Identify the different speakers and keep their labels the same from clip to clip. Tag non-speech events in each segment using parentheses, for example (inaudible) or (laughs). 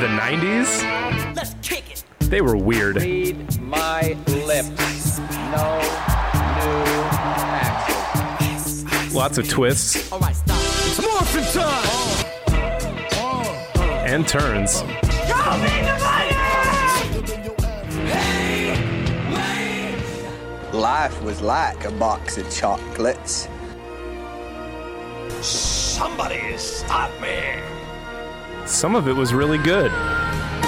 Speaker 1: the 90s,
Speaker 2: Let's kick it.
Speaker 1: they were weird.
Speaker 3: Read my lips. No new taxes.
Speaker 1: Lots of twists
Speaker 2: All right, stop.
Speaker 1: and turns.
Speaker 3: Life was like a box of chocolates.
Speaker 4: Somebody stop me!
Speaker 1: Some of it was really good.
Speaker 5: I'm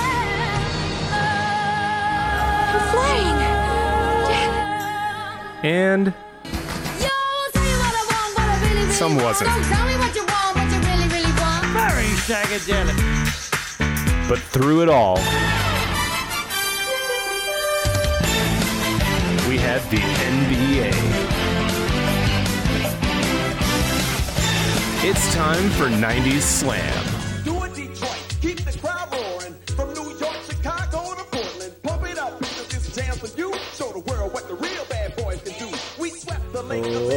Speaker 5: flying.
Speaker 1: And
Speaker 5: Yo, tell me what I want, what I really, really
Speaker 1: Some
Speaker 5: want.
Speaker 1: wasn't.
Speaker 5: Don't tell me what you want, what you really, really want.
Speaker 1: but through it all, we had the NBA. It's time for 90s Slam.
Speaker 4: Do a Detroit, keep the crowd roaring. From New York, Chicago to Portland, pump it up because this jam for you. Show the world what the real bad boys can do. We swept the lake of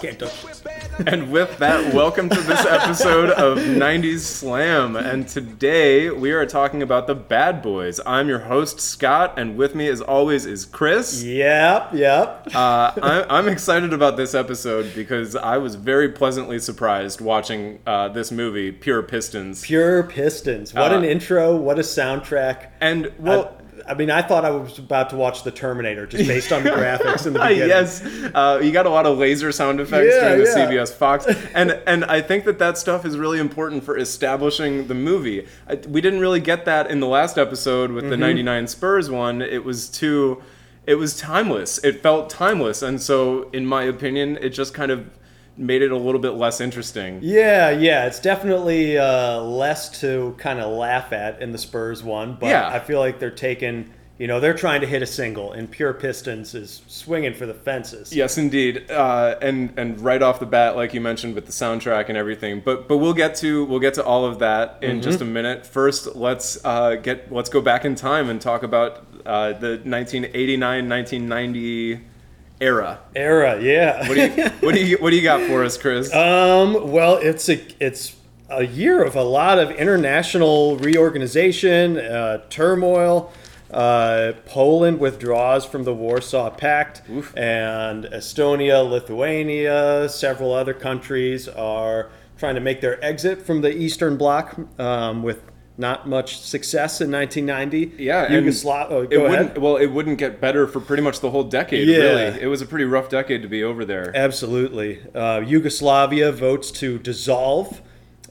Speaker 6: Can't touch this.
Speaker 7: And with that, welcome to this episode of 90s Slam. And today we are talking about the Bad Boys. I'm your host, Scott, and with me, as always, is Chris.
Speaker 6: Yep, yep.
Speaker 7: Uh, I, I'm excited about this episode because I was very pleasantly surprised watching uh, this movie, Pure Pistons.
Speaker 6: Pure Pistons. What an intro. What a soundtrack.
Speaker 7: uh, And, well.
Speaker 6: I, I mean, I thought I was about to watch The Terminator just
Speaker 7: (laughs)
Speaker 6: based on the graphics in the
Speaker 7: Ah,
Speaker 6: (laughs) beginning.
Speaker 7: yes, uh, you got a lot of laser sound effects
Speaker 6: Yeah,
Speaker 7: during the
Speaker 6: yeah.
Speaker 7: CBS
Speaker 6: (laughs)
Speaker 7: Fox, and and I think that that stuff is really important for establishing the movie. I, we didn't really get that in the last episode with the
Speaker 6: Mm-hmm.
Speaker 7: '99 Spurs one. It was too, it was timeless. It felt timeless, and so in my opinion, it just kind of made it a little bit less interesting.
Speaker 6: Yeah, yeah. It's definitely uh, less to kind of laugh at in the Spurs one, but
Speaker 7: Yeah.
Speaker 6: I feel like they're taking, you know, they're trying to hit a single, and Pure Pistons is swinging for the fences.
Speaker 7: Yes, indeed, uh, and and right off the bat, like you mentioned, with the soundtrack and everything. But but we'll get to we'll get to all of that
Speaker 6: Mm-hmm.
Speaker 7: in just a minute. First, let's uh, get let's go back in time and talk about uh, the 1989-1990 era.
Speaker 6: Era, yeah.
Speaker 7: What do you what do you what do you got for us, Chris?
Speaker 6: Um, well, it's a it's a year of a lot of international reorganization, uh, turmoil. Uh, Poland withdraws from the Warsaw Pact, and Estonia, Lithuania, several other countries are trying to make their exit from the Eastern Bloc um, with not much success in 1990.
Speaker 7: yeah, and
Speaker 6: Yugoslavia.
Speaker 7: it wouldn't well, it wouldn't get better for pretty much the whole decade.
Speaker 6: Yeah. Eh.
Speaker 7: Really, it was a pretty rough decade to be over there.
Speaker 6: Absolutely. Uh, Yugoslavia votes to dissolve.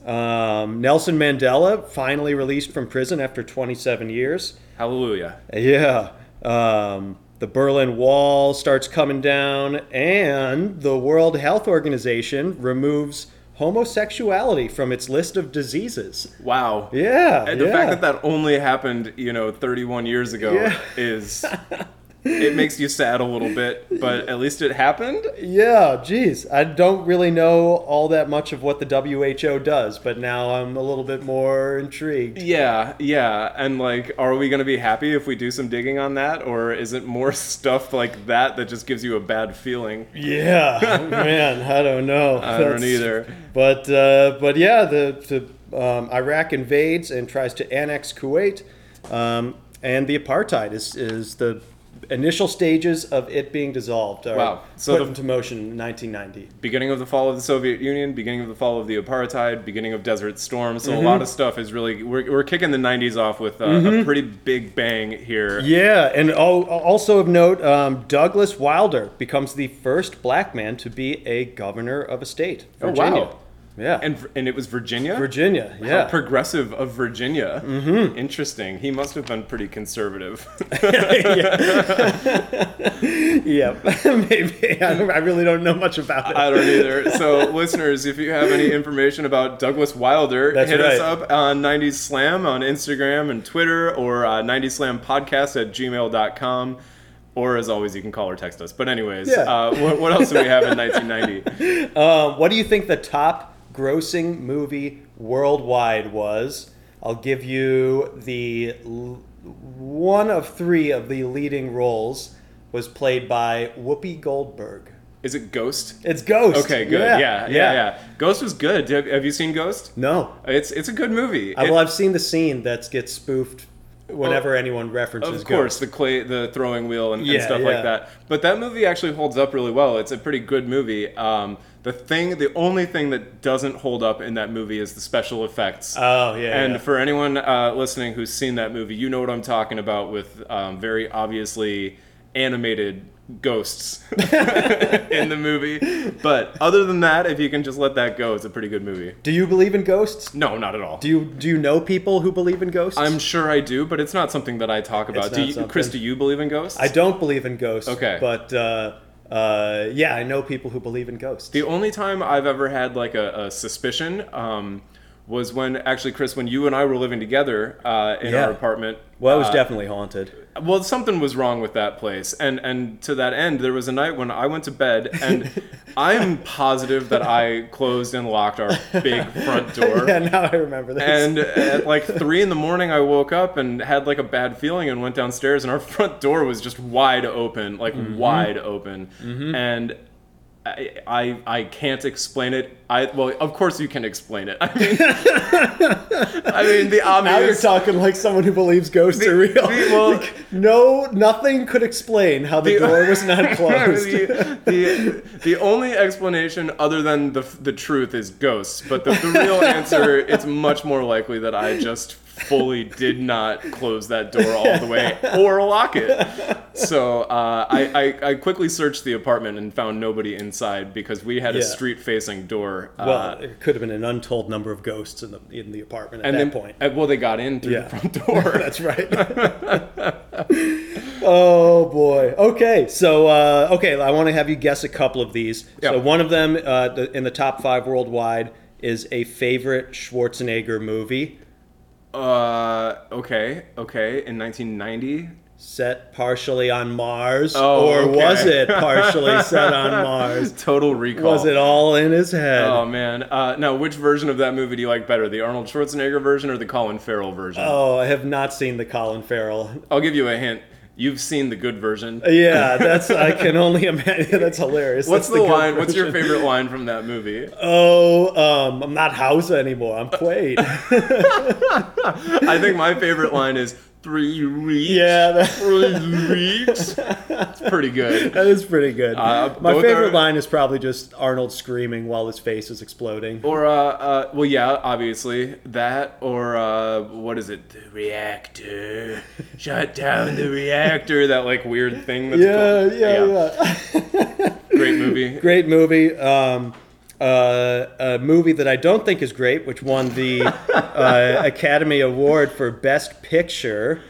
Speaker 6: Um, Nelson Mandela finally released from prison after 27 years.
Speaker 7: Hallelujah.
Speaker 6: Yeah. Um, the Berlin Wall starts coming down, and the World Health Organization removes homosexuality from its list of diseases.
Speaker 7: Wow.
Speaker 6: Yeah.
Speaker 7: And the
Speaker 6: yeah.
Speaker 7: fact that that only happened, you know, 31 years ago
Speaker 6: Yeah.
Speaker 7: is it makes you sad a little bit, but at least it happened.
Speaker 6: Yeah, geez. I don't really know all that much of what the WHO does, but now I'm a little bit more intrigued.
Speaker 7: Yeah, yeah. And like are we going to be happy if we do some digging on that or is it more (laughs) stuff like that that just gives you a bad feeling?
Speaker 6: (laughs) Yeah, man, I don't know.
Speaker 7: I don't
Speaker 6: That's-
Speaker 7: either.
Speaker 6: But uh, but yeah, the, the um, Iraq invades and tries to annex Kuwait, um, and the apartheid is is the initial stages of it being dissolved. Are
Speaker 7: Wow. So
Speaker 6: put
Speaker 7: the-
Speaker 6: into motion in 1990.
Speaker 7: Beginning of the fall of the Soviet Union, beginning of the fall of the apartheid, beginning of Desert Storm. So a lot of stuff is really we're, we're kicking the 90s off with uh, a pretty big bang here.
Speaker 6: Yeah, and al- also of note, um, Douglas Wilder becomes the first black man to be a governor of a state.
Speaker 7: Oh, wow.
Speaker 6: Virginia. Yeah.
Speaker 7: And and it was Virginia?
Speaker 6: Virginia.
Speaker 7: How
Speaker 6: Yeah.
Speaker 7: progressive of Virginia. Interesting. He must have been pretty conservative.
Speaker 6: (laughs) Yeah,
Speaker 7: (laughs)
Speaker 6: (laughs) maybe. I, don't, I really don't know much about it.
Speaker 7: I don't either. So, listeners, if you have any information about Douglas Wilder,
Speaker 6: That's
Speaker 7: hit us
Speaker 6: right.
Speaker 7: up on 90s Slam on Instagram and Twitter or uh, 90s Slam podcast at gmail.com. Or, as always, you can call or text us. But, anyways,
Speaker 6: Yeah.
Speaker 7: uh, what, what else do we have in 1990?
Speaker 6: Um, what do you think the top grossing movie worldwide was? I'll give you the l- one of three of the leading roles was played by Whoopi Goldberg.
Speaker 7: Is it Ghost?
Speaker 6: It's Ghost.
Speaker 7: Okay, good. Yeah, yeah, yeah. Ghost was good. Have have you seen Ghost?
Speaker 6: No.
Speaker 7: It's it's a good movie.
Speaker 6: I,
Speaker 7: It-
Speaker 6: well, I've seen the scene that gets spoofed whenever anyone references
Speaker 7: of course
Speaker 6: Ghost.
Speaker 7: the clay the throwing wheel and, and
Speaker 6: Yeah,
Speaker 7: stuff
Speaker 6: yeah.
Speaker 7: like that but that movie actually holds up really well it's a pretty good movie um, the thing the only thing that doesn't hold up in that movie is the special effects
Speaker 6: Oh, yeah,
Speaker 7: and
Speaker 6: yeah.
Speaker 7: for anyone uh, listening who's seen that movie you know what i'm talking about with um, very obviously animated ghosts (laughs) in the movie but other than that if you can just let that go it's a pretty good movie
Speaker 6: Do you believe in ghosts?
Speaker 7: no not at all
Speaker 6: Do you do you know people who believe in ghosts?
Speaker 7: i'm sure i do but it's not something that i talk about
Speaker 6: It's
Speaker 7: do
Speaker 6: not
Speaker 7: you,
Speaker 6: something.
Speaker 7: chris do you believe in ghosts
Speaker 6: I don't believe in ghosts.
Speaker 7: Okay.
Speaker 6: But uh, uh, yeah, I know people who believe in ghosts.
Speaker 7: The only time I've ever had like a, a suspicion um, was when actually Chris, when you and I were living together uh, in
Speaker 6: Yeah.
Speaker 7: our apartment.
Speaker 6: well, it was
Speaker 7: uh,
Speaker 6: definitely haunted.
Speaker 7: well, something was wrong with that place, and and to that end, there was a night when I went to bed,
Speaker 6: (laughs)
Speaker 7: and I'm positive that I closed and locked our big front door.
Speaker 6: (laughs) yeah, now I remember this.
Speaker 7: And at like three in the morning, I woke up and had like a bad feeling and went downstairs, and our (laughs) front door was just wide open, like
Speaker 6: Mm-hmm.
Speaker 7: wide open. And I, I I can't explain it. I well, of course you can explain it. (laughs) I
Speaker 6: (laughs)
Speaker 7: mean, I mean the
Speaker 6: now you're
Speaker 7: obvious.
Speaker 6: talking like someone who believes ghosts are real.
Speaker 7: the- well-
Speaker 6: Like, no, nothing could explain how the,
Speaker 7: The- (laughs) uh,
Speaker 6: door was not closed.
Speaker 7: the, the, the only explanation other than the, the truth is ghosts, but the, the real answer, it's much more likely that I just fully did not close that door all the way or lock it. So uh, I, I, I quickly searched the apartment and found nobody inside because we had a
Speaker 6: Yeah.
Speaker 7: street facing door. Uh,
Speaker 6: well, there could have been an untold number of ghosts in the in the apartment at
Speaker 7: and
Speaker 6: that
Speaker 7: then,
Speaker 6: point.
Speaker 7: uh, well, they got in through
Speaker 6: Yeah.
Speaker 7: the front (laughs) door.
Speaker 6: (laughs) That's right. (laughs) oh boy. Okay. So uh, okay, I want to have you guess a couple of these.
Speaker 7: Yeah.
Speaker 6: So one of them uh, the, in the top five worldwide is a favorite Schwarzenegger movie.
Speaker 7: uh, okay, okay. In 1990,
Speaker 6: Set partially on Mars,
Speaker 7: Oh,
Speaker 6: or
Speaker 7: okay.
Speaker 6: was it partially
Speaker 7: (laughs)
Speaker 6: set on Mars?
Speaker 7: Total Recall.
Speaker 6: Was it all in his head?
Speaker 7: Oh man! Uh, now, which version of that movie do you like better, the Arnold Schwarzenegger version or the Colin Farrell version?
Speaker 6: oh, I have not seen the Colin Farrell.
Speaker 7: I'll give you a hint. You've seen the good version.
Speaker 6: Yeah, that's I can only (laughs) imagine. That's hilarious.
Speaker 7: What's
Speaker 6: That's
Speaker 7: the,
Speaker 6: good
Speaker 7: line? What's your
Speaker 6: version.
Speaker 7: favorite line from that movie?
Speaker 6: (laughs) Oh, um, I'm not Hausa anymore.
Speaker 7: (laughs)
Speaker 6: I'm Quaid.
Speaker 7: I think my favorite line is three weeks.
Speaker 6: Yeah, that-
Speaker 7: (laughs) three weeks. It's pretty
Speaker 6: (laughs)
Speaker 7: good.
Speaker 6: That is pretty good.
Speaker 7: Uh,
Speaker 6: My
Speaker 7: both
Speaker 6: favorite
Speaker 7: are-
Speaker 6: line is probably just Arnold screaming while his face is exploding.
Speaker 7: Or uh, uh, well, yeah, obviously that. Or uh, what is it? The
Speaker 6: (laughs)
Speaker 7: reactor. Shut down the reactor. That like weird thing. That's
Speaker 6: Yeah,
Speaker 7: called-
Speaker 6: yeah, yeah.
Speaker 7: Great movie.
Speaker 6: Great movie. Um, uh, a movie that I don't think is great, which won
Speaker 7: (laughs)
Speaker 6: the uh, Academy Award for Best Picture.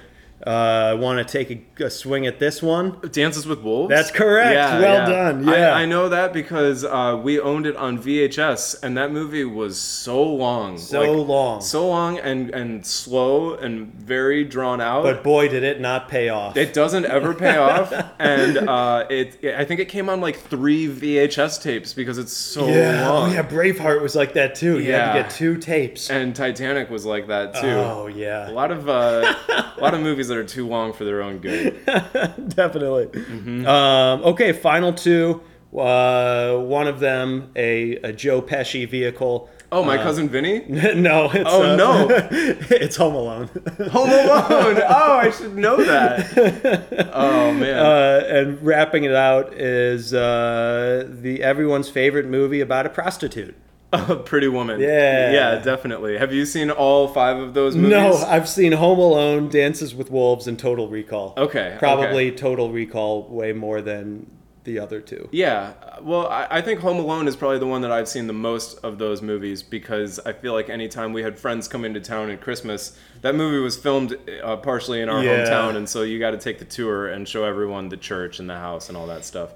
Speaker 6: Uh, Want to take a, a swing at this one?
Speaker 7: Dances with Wolves.
Speaker 6: That's correct. Well done.
Speaker 7: I-
Speaker 6: Yeah.
Speaker 7: I, know that because uh, we owned it on VHS, and that movie was so long,
Speaker 6: So long.
Speaker 7: so long, and and slow, and very drawn out.
Speaker 6: But boy, did it not pay off.
Speaker 7: it doesn't ever
Speaker 6: (laughs)
Speaker 7: pay off, and uh, it. I think it came on like three VHS tapes because it's so
Speaker 6: yeah. Oh,
Speaker 7: long.
Speaker 6: yeah. Braveheart was like that too. You had to
Speaker 7: Yeah.
Speaker 6: get two tapes.
Speaker 7: And Titanic was like that too.
Speaker 6: Oh, yeah.
Speaker 7: A lot of uh, a
Speaker 6: (laughs)
Speaker 7: lot of movies that are too long for their own good.
Speaker 6: Definitely.
Speaker 7: Mm-hmm.
Speaker 6: Um, okay, final two. Uh, one of them, a, a Joe Pesci vehicle. (laughs)
Speaker 7: Oh,
Speaker 6: Uh.
Speaker 7: my cousin Vinny.
Speaker 6: no. It's,
Speaker 7: Oh,
Speaker 6: uh,
Speaker 7: no.
Speaker 6: (laughs) it's
Speaker 7: (laughs)
Speaker 6: Home Alone.
Speaker 7: Home Alone. Oh, I should know that.
Speaker 6: (laughs)
Speaker 7: Oh man.
Speaker 6: uh, and wrapping it out is uh, the everyone's favorite movie about a prostitute.
Speaker 7: (laughs) A Pretty Woman.
Speaker 6: Uh, Yeah.
Speaker 7: Yeah, definitely. Have you seen all five of those movies?
Speaker 6: No, I've seen Home Alone, Dances with Wolves, and Total Recall.
Speaker 7: Okay,
Speaker 6: Probably
Speaker 7: okay.
Speaker 6: Total Recall way more than the other two.
Speaker 7: yeah. Well, I, I think Home Alone is probably the one that I've seen the most of those movies because I feel like anytime we had friends come into town at Christmas, that movie was filmed uh, partially in our
Speaker 6: Yeah.
Speaker 7: hometown, and so you got to take the tour and show everyone the church and the house and all that stuff.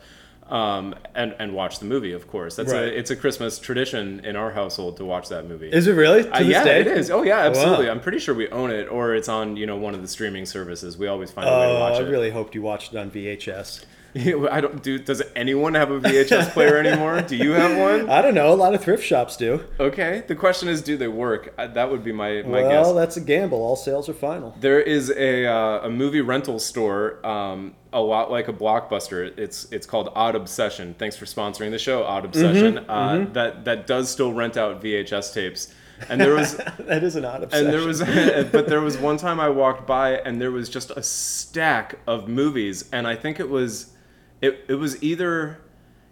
Speaker 7: Um, and, and watch the movie, of course. That's
Speaker 6: Right.
Speaker 7: a, it's a Christmas tradition in our household to watch that movie.
Speaker 6: Is it really? To
Speaker 7: Uh,
Speaker 6: this
Speaker 7: yeah,
Speaker 6: day?
Speaker 7: it is. Oh, yeah, absolutely.
Speaker 6: Wow.
Speaker 7: I'm pretty sure we own it, or it's on you know one of the streaming services. We always find a way to
Speaker 6: Oh,
Speaker 7: watch
Speaker 6: I
Speaker 7: it.
Speaker 6: really hoped you watched it on VHS.
Speaker 7: (laughs) I don't do. Does anyone have a VHS player anymore? Do you have one?
Speaker 6: (laughs) I don't know. A lot of thrift shops do.
Speaker 7: Okay. The question is, do they work? Uh, That would be my my guess.
Speaker 6: well, that's a gamble. All sales are final. (laughs)
Speaker 7: There is a uh, a movie rental store, um, a lot like a blockbuster. It's it's called Odd Obsession. Thanks for sponsoring the show,
Speaker 6: Mm-hmm.
Speaker 7: Odd Obsession. Uh, That that does still rent out VHS tapes. And there
Speaker 6: (laughs)
Speaker 7: was
Speaker 6: that is an odd obsession.
Speaker 7: and there was (laughs) but there was one time I walked by and there was just a stack of movies, and I think it was it it was either.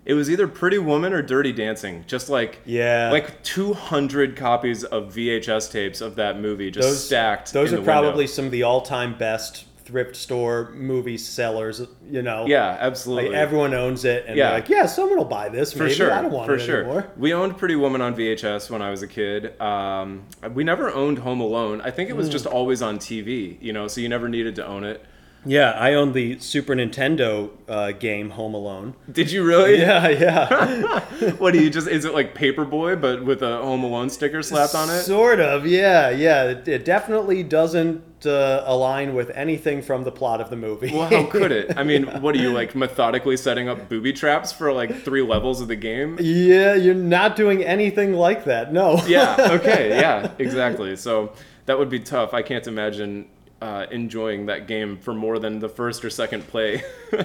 Speaker 7: It was either Pretty Woman or Dirty Dancing, just like
Speaker 6: Yeah.
Speaker 7: like two hundred copies of VHS tapes of that movie just
Speaker 6: those,
Speaker 7: stacked.
Speaker 6: Those
Speaker 7: in the
Speaker 6: are
Speaker 7: window.
Speaker 6: probably some of the all-time best thrift store movie sellers. You know.
Speaker 7: Yeah,
Speaker 6: Like
Speaker 7: absolutely.
Speaker 6: everyone owns it, and
Speaker 7: Yeah.
Speaker 6: they're like, yeah, someone will buy this.
Speaker 7: for
Speaker 6: maybe.
Speaker 7: sure.
Speaker 6: I don't want
Speaker 7: for
Speaker 6: it
Speaker 7: sure.
Speaker 6: anymore.
Speaker 7: We owned Pretty Woman on VHS when I was a kid. Um, we never owned Home Alone. I think it
Speaker 6: Mm.
Speaker 7: was just always on TV, you know, so you never needed to own it.
Speaker 6: Yeah, I own the Super Nintendo uh, game Home Alone.
Speaker 7: Did you really?
Speaker 6: (laughs) Yeah,
Speaker 7: (laughs)
Speaker 6: yeah,
Speaker 7: What do you just is it like Paperboy but with a Home Alone sticker slapped on it?
Speaker 6: sort of. Yeah, yeah. It, it definitely doesn't uh, align with anything from the plot of the movie.
Speaker 7: well, how
Speaker 6: (laughs)
Speaker 7: could it? I mean, what are you like methodically setting up booby traps for like three levels of the game?
Speaker 6: yeah, you're not doing anything like that. No.
Speaker 7: yeah okay yeah exactly so that would be tough i can't imagine uh, enjoying that game for more than the first or second play
Speaker 6: (laughs)
Speaker 7: (laughs)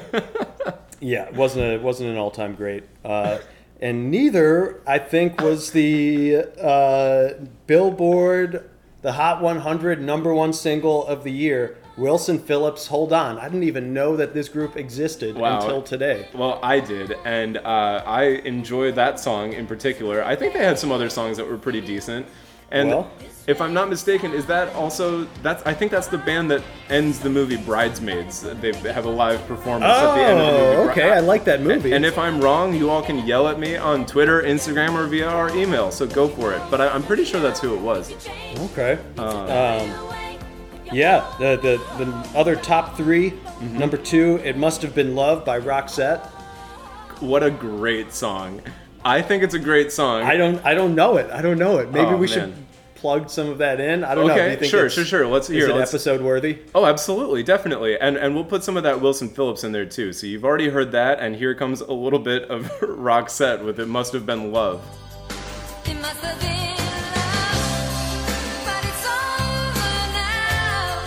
Speaker 6: Yeah, it wasn't a, it wasn't an all time great, uh, and neither I think was the uh, Billboard the Hot 100 number one single of the year. Wilson Phillips, hold on. I didn't even know that this group existed
Speaker 7: Wow.
Speaker 6: until today.
Speaker 7: well i did and uh, i enjoyed that song in particular i think they had some other songs that were pretty decent and
Speaker 6: Well-
Speaker 7: if i'm not mistaken is that also that's i think that's the band that ends the movie bridesmaids they have a live performance at the end of the movie
Speaker 6: Oh,
Speaker 7: Bri-
Speaker 6: okay. I like that movie.
Speaker 7: And if I'm wrong, you all can yell at me on Twitter, Instagram, or via our email. So go for it. But I, I'm pretty sure that's who it was.
Speaker 6: okay. um, yeah, the, the the other top 3
Speaker 7: Mm-hmm.
Speaker 6: Number two, it must have been love by Roxette.
Speaker 7: What a great song! I think it's a great song.
Speaker 6: I don't I don't know it. I don't know it. Maybe
Speaker 7: Oh,
Speaker 6: we should
Speaker 7: man.
Speaker 6: plug some of that in. I don't know. Do
Speaker 7: Okay,
Speaker 6: you think
Speaker 7: sure,
Speaker 6: it's-
Speaker 7: sure, sure. Let's
Speaker 6: Is
Speaker 7: hear,
Speaker 6: it
Speaker 7: let's-
Speaker 6: episode worthy?
Speaker 7: oh, absolutely, definitely. And and we'll put some of that Wilson Phillips in there too. So you've already heard that, and here comes a little bit of (laughs) Roxette with "It Must Have Been Love."
Speaker 5: It must have been love, but it's over now.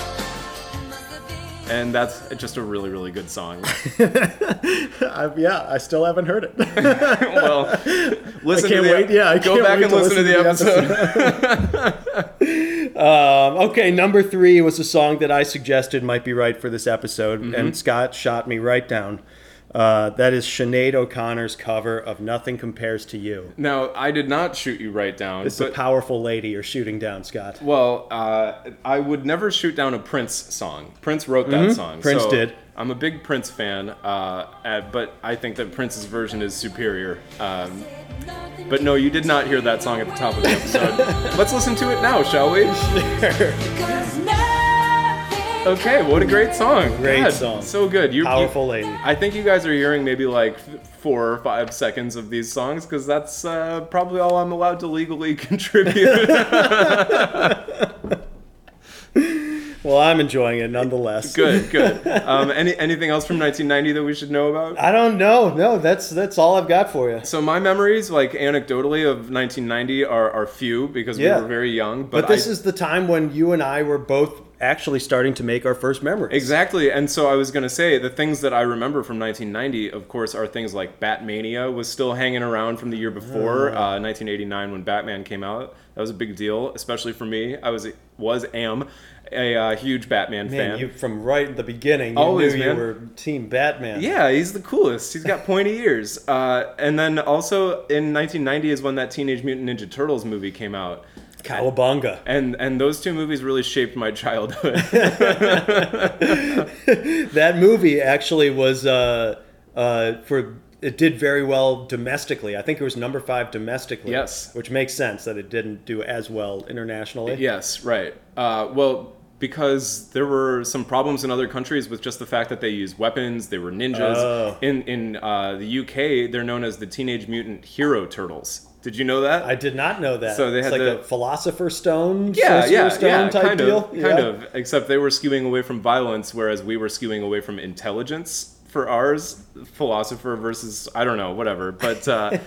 Speaker 5: It must have been.
Speaker 7: And that's just a really, really good
Speaker 6: (laughs)
Speaker 7: song. (laughs)
Speaker 6: I, yeah, I still haven't heard it. (laughs)
Speaker 7: well, listen
Speaker 6: can't
Speaker 7: to the,
Speaker 6: wait- yeah, I
Speaker 7: go
Speaker 6: can't
Speaker 7: back and
Speaker 6: wait to
Speaker 7: listen, to the episode.
Speaker 6: (laughs) um, okay, number three was a song that I suggested might be right for this episode,
Speaker 7: Mm-hmm.
Speaker 6: and Scott shot me right down. Uh, that is Sinead O'Connor's cover of "Nothing Compares to You."
Speaker 7: (laughs) now, I did not shoot you right down.
Speaker 6: It's a
Speaker 7: but-
Speaker 6: powerful lady you're shooting down, Scott.
Speaker 7: Well, uh, I would never shoot down a Prince song. Prince wrote that song.
Speaker 6: Mm-hmm. Prince
Speaker 7: so
Speaker 6: did.
Speaker 7: I'm a big Prince fan, uh, uh, but I think that Prince's version is superior. Um, but no, you did not hear that song at the top of the episode. Let's listen to it now, shall we?
Speaker 5: Because nothing
Speaker 7: Okay, what a great song.
Speaker 6: Great
Speaker 7: God,
Speaker 6: song.
Speaker 7: So good. You, you-
Speaker 6: Powerful lady.
Speaker 7: I think you guys are hearing maybe like f- four or five seconds of these songs because that's uh, probably all I'm allowed to legally (laughs) contribute.
Speaker 6: Well, I'm enjoying it nonetheless.
Speaker 7: good, good. Um, any, anything else from 1990 that we should know about?
Speaker 6: I don't know. No, that's that's all I've got for you.
Speaker 7: So my memories, like anecdotally, of 1990 are, are few because
Speaker 6: Yeah.
Speaker 7: we were very young. But,
Speaker 6: But this
Speaker 7: I-
Speaker 6: is the time when you and I were both actually starting to make our first memories.
Speaker 7: exactly. And so I was gonna say the things that I remember from 1990, of course, are things like Batmania was still hanging around from the year before
Speaker 6: Ah.
Speaker 7: uh, 1989 when Batman came out. That was a big deal, especially for me. I was was am a uh, huge Batman
Speaker 6: Man,
Speaker 7: fan.
Speaker 6: you from right at the beginning, you
Speaker 7: Always,
Speaker 6: knew
Speaker 7: man.
Speaker 6: you were Team Batman.
Speaker 7: Yeah, he's the coolest. He's got pointy ears. Uh, and then also in 1990 is when that Teenage Mutant Ninja Turtles movie came out.
Speaker 6: Cowabunga.
Speaker 7: (laughs) and and those two movies really shaped my (laughs) childhood.
Speaker 6: That movie actually was uh, uh, for it did very well domestically. I think it was number five domestically.
Speaker 7: Yes.
Speaker 6: which makes sense that it didn't do as well internationally.
Speaker 7: yes, right. Uh, well, because there were some problems in other countries with just the fact that they used weapons, they were ninjas.
Speaker 6: Oh.
Speaker 7: In in uh, the UK, they're known as the Teenage Mutant Hero Turtles. Did you know that?
Speaker 6: I did not know that.
Speaker 7: So they
Speaker 6: it's
Speaker 7: had
Speaker 6: like
Speaker 7: the-
Speaker 6: a philosopher stone,
Speaker 7: yeah,
Speaker 6: sorcerer
Speaker 7: yeah,
Speaker 6: stone
Speaker 7: yeah,
Speaker 6: type
Speaker 7: kind
Speaker 6: deal.
Speaker 7: of, kind of. Except they were skewing away from violence, whereas we were skewing away from intelligence for ours, philosopher versus I don't know, whatever. But
Speaker 6: (laughs)
Speaker 7: uh,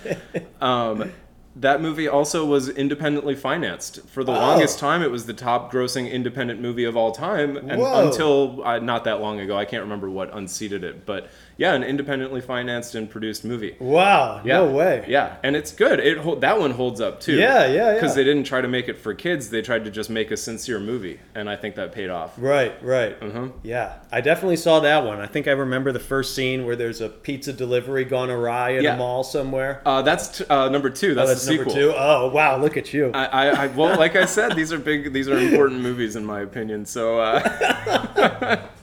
Speaker 7: um, that movie also was independently financed for the
Speaker 6: Oh.
Speaker 7: longest time. It was the top-grossing independent movie of all time, and
Speaker 6: Whoa.
Speaker 7: until uh, not that long ago, I can't remember what unseated it. But yeah, an independently financed and produced movie.
Speaker 6: Wow.
Speaker 7: Yeah.
Speaker 6: No way.
Speaker 7: Yeah, and it's good. It hol- that one holds up too.
Speaker 6: Yeah, yeah, yeah.
Speaker 7: Because they didn't try to make it for kids; they tried to just make a sincere movie, and I think that paid off.
Speaker 6: Right, right.
Speaker 7: Mm-hmm.
Speaker 6: Yeah, I definitely saw that one. I think I remember the first scene where there's a pizza delivery gone awry at
Speaker 7: Yeah.
Speaker 6: a mall somewhere.
Speaker 7: Uh, that's t- uh, number two.
Speaker 6: Oh,
Speaker 7: That's,
Speaker 6: that's
Speaker 7: the
Speaker 6: number
Speaker 7: sequel. Uh,
Speaker 6: two. Oh, wow, look at you.
Speaker 7: I, I, I well, like I said, these are big. These are important movies, in my opinion. So, uh, (laughs)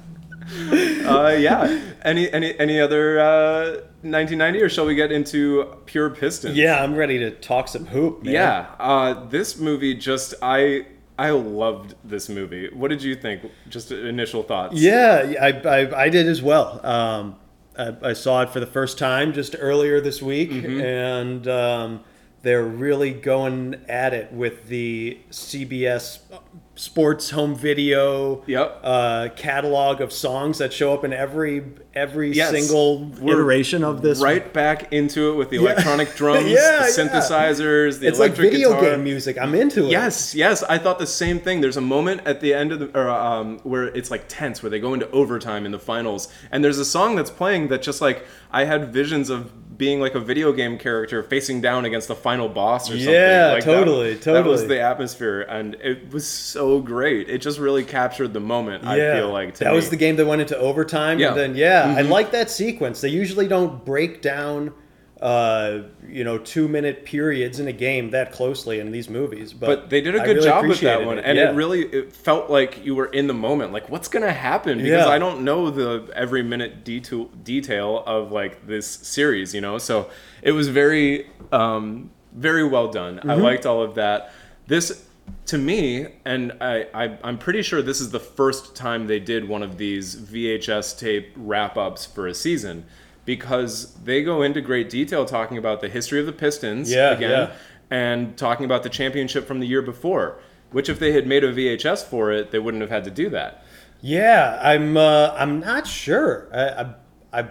Speaker 7: uh, yeah. Any any any other uh, 1990, or shall we get into pure Pistons?
Speaker 6: yeah, I'm ready to talk some hoop, man.
Speaker 7: Yeah. Uh, this movie just I I loved this movie. What did you think? Just initial thoughts.
Speaker 6: Yeah, I, I, I did as well. Um, I, I saw it for the first time just earlier this week,
Speaker 7: Mm-hmm.
Speaker 6: and um, they're really going at it with the CBS uh, Sports Home Video
Speaker 7: Yep.
Speaker 6: uh, catalog of songs that show up in every every
Speaker 7: Yes.
Speaker 6: single
Speaker 7: We're
Speaker 6: iteration of this.
Speaker 7: Right back into it
Speaker 6: (laughs)
Speaker 7: with the electronic drums,
Speaker 6: Yeah,
Speaker 7: the
Speaker 6: yeah.
Speaker 7: synthesizers, the
Speaker 6: it's like
Speaker 7: electric
Speaker 6: video
Speaker 7: guitar.
Speaker 6: game music. I'm into it.
Speaker 7: Yes, yes, I thought the same thing. There's a moment at the end of the or, um, where it's like tense, where they go into overtime in the finals, and there's a song that's playing that just like I had visions of being like a video game character facing down against the final boss or something.
Speaker 6: Yeah,
Speaker 7: like that-
Speaker 6: totally,
Speaker 7: That was
Speaker 6: totally.
Speaker 7: the atmosphere, and it was so great. It just really captured the moment. I
Speaker 6: Yeah.
Speaker 7: feel like to
Speaker 6: that was
Speaker 7: me.
Speaker 6: the game that went into overtime.
Speaker 7: Yeah. Mm-hmm.
Speaker 6: And then yeah, I like that sequence. They usually don't break down, uh, you know, two minute periods in a game that closely in these movies. But,
Speaker 7: but they did a
Speaker 6: I
Speaker 7: good
Speaker 6: really
Speaker 7: job with that
Speaker 6: appreciated
Speaker 7: one
Speaker 6: it.
Speaker 7: and
Speaker 6: Yeah.
Speaker 7: it really it felt like you were in the moment like what's gonna happen because
Speaker 6: Yeah.
Speaker 7: i don't know the every minute detail detail of like this series you know so it was very um very well done i
Speaker 6: Mm-hmm.
Speaker 7: liked all of that this to me and I, I i'm pretty sure this is the first time they did one of these vhs tape wrap-ups for a season because they go into great detail talking about the history of the pistons
Speaker 6: Yeah,
Speaker 7: again
Speaker 6: yeah.
Speaker 7: and talking about the championship from the year before, which if they had made a VHS for it, they wouldn't have had to do that.
Speaker 6: Yeah, I'm. Uh, I'm not sure. I, I, I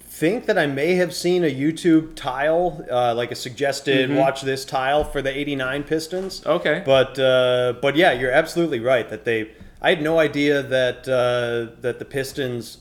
Speaker 6: think that I may have seen a YouTube tile, uh, like a suggested watch this tile for the '89 Pistons.
Speaker 7: Mm-hmm. Okay.
Speaker 6: But uh, but yeah, you're absolutely right that they. I had no idea that uh, that the Pistons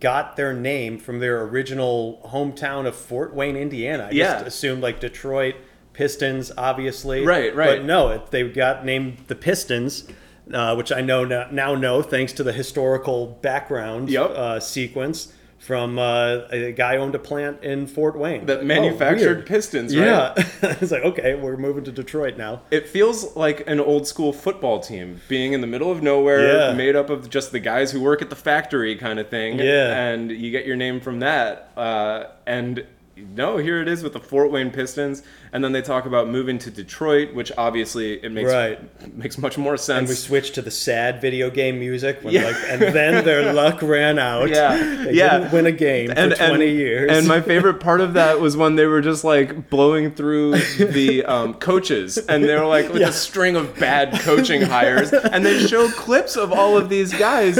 Speaker 6: got their name from their original hometown of Fort Wayne, Indiana. I
Speaker 7: Yeah.
Speaker 6: just assumed like Detroit Pistons, obviously.
Speaker 7: Right, right.
Speaker 6: But no, it, they got named the Pistons, uh, which I know now, now know thanks to the historical background
Speaker 7: Yep.
Speaker 6: uh, sequence from uh, a guy owned a plant in Fort Wayne
Speaker 7: That
Speaker 6: Oh,
Speaker 7: manufactured
Speaker 6: weird.
Speaker 7: pistons, right?
Speaker 6: Yeah, (laughs) it's like okay, we're moving to Detroit now.
Speaker 7: It feels like an old school football team being in the middle of nowhere,
Speaker 6: Yeah.
Speaker 7: made up of just the guys who work at the factory kind of thing.
Speaker 6: Yeah.
Speaker 7: And you get your name from that. Uh, and no, here it is with the Fort Wayne Pistons. And then they talk about moving to Detroit, which obviously it makes
Speaker 6: Right.
Speaker 7: makes much more sense.
Speaker 6: And we switched to the sad video game music, when,
Speaker 7: Yeah.
Speaker 6: like, and
Speaker 7: (laughs)
Speaker 6: then their luck ran out.
Speaker 7: Yeah,
Speaker 6: they
Speaker 7: yeah.
Speaker 6: didn't win a game for twenty years.
Speaker 7: And my favorite part of that was when they were just like blowing through the um, coaches, and they were like with a string of bad coaching hires, and they show clips of all of these guys,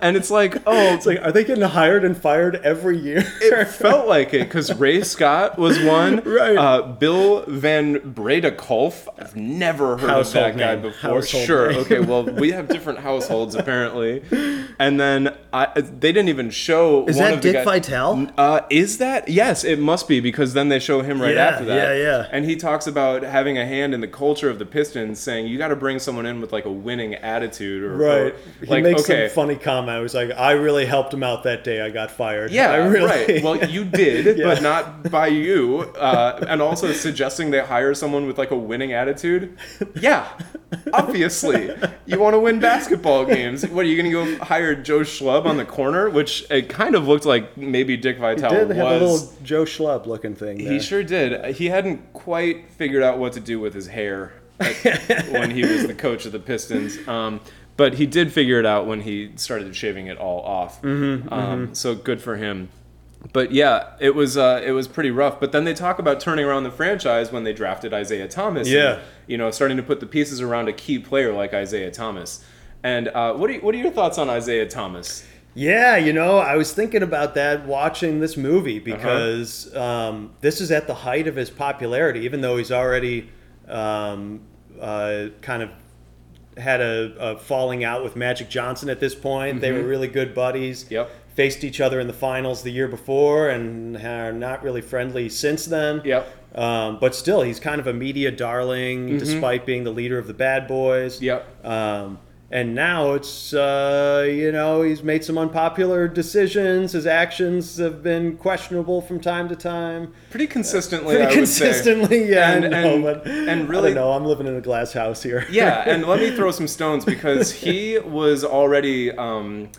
Speaker 7: and it's like, oh,
Speaker 6: (laughs) it's like, are they getting hired and fired every year?
Speaker 7: it felt like it because Ray Scott was one.
Speaker 6: (laughs) Right.
Speaker 7: Uh, Bill Van Bredekolf. I've never heard
Speaker 6: Household
Speaker 7: of that guy
Speaker 6: name.
Speaker 7: before.
Speaker 6: Household
Speaker 7: sure.
Speaker 6: name.
Speaker 7: Okay. Well, we have different households
Speaker 6: (laughs)
Speaker 7: apparently. And then I, they didn't even show.
Speaker 6: (laughs) Is
Speaker 7: one
Speaker 6: that
Speaker 7: of the guy-
Speaker 6: Dick Vitale?
Speaker 7: Uh, is that? Yes, it must be because then they show him right
Speaker 6: Yeah,
Speaker 7: after that.
Speaker 6: yeah, yeah.
Speaker 7: And he talks about having a hand in the culture of the Pistons, saying you got to bring someone in with like a winning attitude, or
Speaker 6: Right.
Speaker 7: or,
Speaker 6: He
Speaker 7: like
Speaker 6: makes
Speaker 7: okay,
Speaker 6: some funny comment. I was like, I really helped him out that day. I got fired. (laughs)
Speaker 7: Yeah,
Speaker 6: I really,
Speaker 7: right. Well, you did,
Speaker 6: Yeah.
Speaker 7: but not by you. Uh, and also suggesting they hire someone with like a winning attitude. Yeah, obviously. You want to win basketball games. What are you going to go hire Joe Schlub on the corner? Which it kind of looked like maybe Dick Vitale
Speaker 6: did
Speaker 7: was.
Speaker 6: have a little Joe Schlub looking thing.
Speaker 7: He
Speaker 6: there.
Speaker 7: sure did. He hadn't quite figured out what to do with his hair
Speaker 6: (laughs)
Speaker 7: at- when he was the coach of the Pistons. Um, but he did figure it out when he started shaving it all off.
Speaker 6: Mm-hmm,
Speaker 7: um, So good for him. But yeah, it was uh, it was pretty rough. But then they talk about turning around the franchise when they drafted Isaiah Thomas. and,
Speaker 6: Yeah.
Speaker 7: you know, starting to put the pieces around a key player like Isaiah Thomas. And uh, what are you, what are your thoughts on Isaiah Thomas?
Speaker 6: Yeah, you know, I was thinking about that watching this movie
Speaker 7: Uh-huh.
Speaker 6: because um, this is at the height of his popularity, even though he's already um, uh, kind of had a, a falling out with Magic Johnson at this point. They were really good buddies.
Speaker 7: Mm-hmm. Yep.
Speaker 6: Faced each other in the finals the year before and are not really friendly since then.
Speaker 7: Yep. Mm-hmm.
Speaker 6: Um, but still, he's kind of a media darling despite being the leader of the Bad Boys.
Speaker 7: Yep.
Speaker 6: Um, and now it's, uh, you know, he's made some unpopular decisions. His actions have been questionable from time to time.
Speaker 7: Pretty consistently,
Speaker 6: Pretty
Speaker 7: I would say.
Speaker 6: consistently, yeah.
Speaker 7: And-
Speaker 6: I know,
Speaker 7: and-
Speaker 6: but
Speaker 7: and
Speaker 6: I
Speaker 7: really-
Speaker 6: don't know. I'm living in a glass house here.
Speaker 7: (laughs)
Speaker 6: (laughs)
Speaker 7: yeah, and let me throw some stones because he was already um,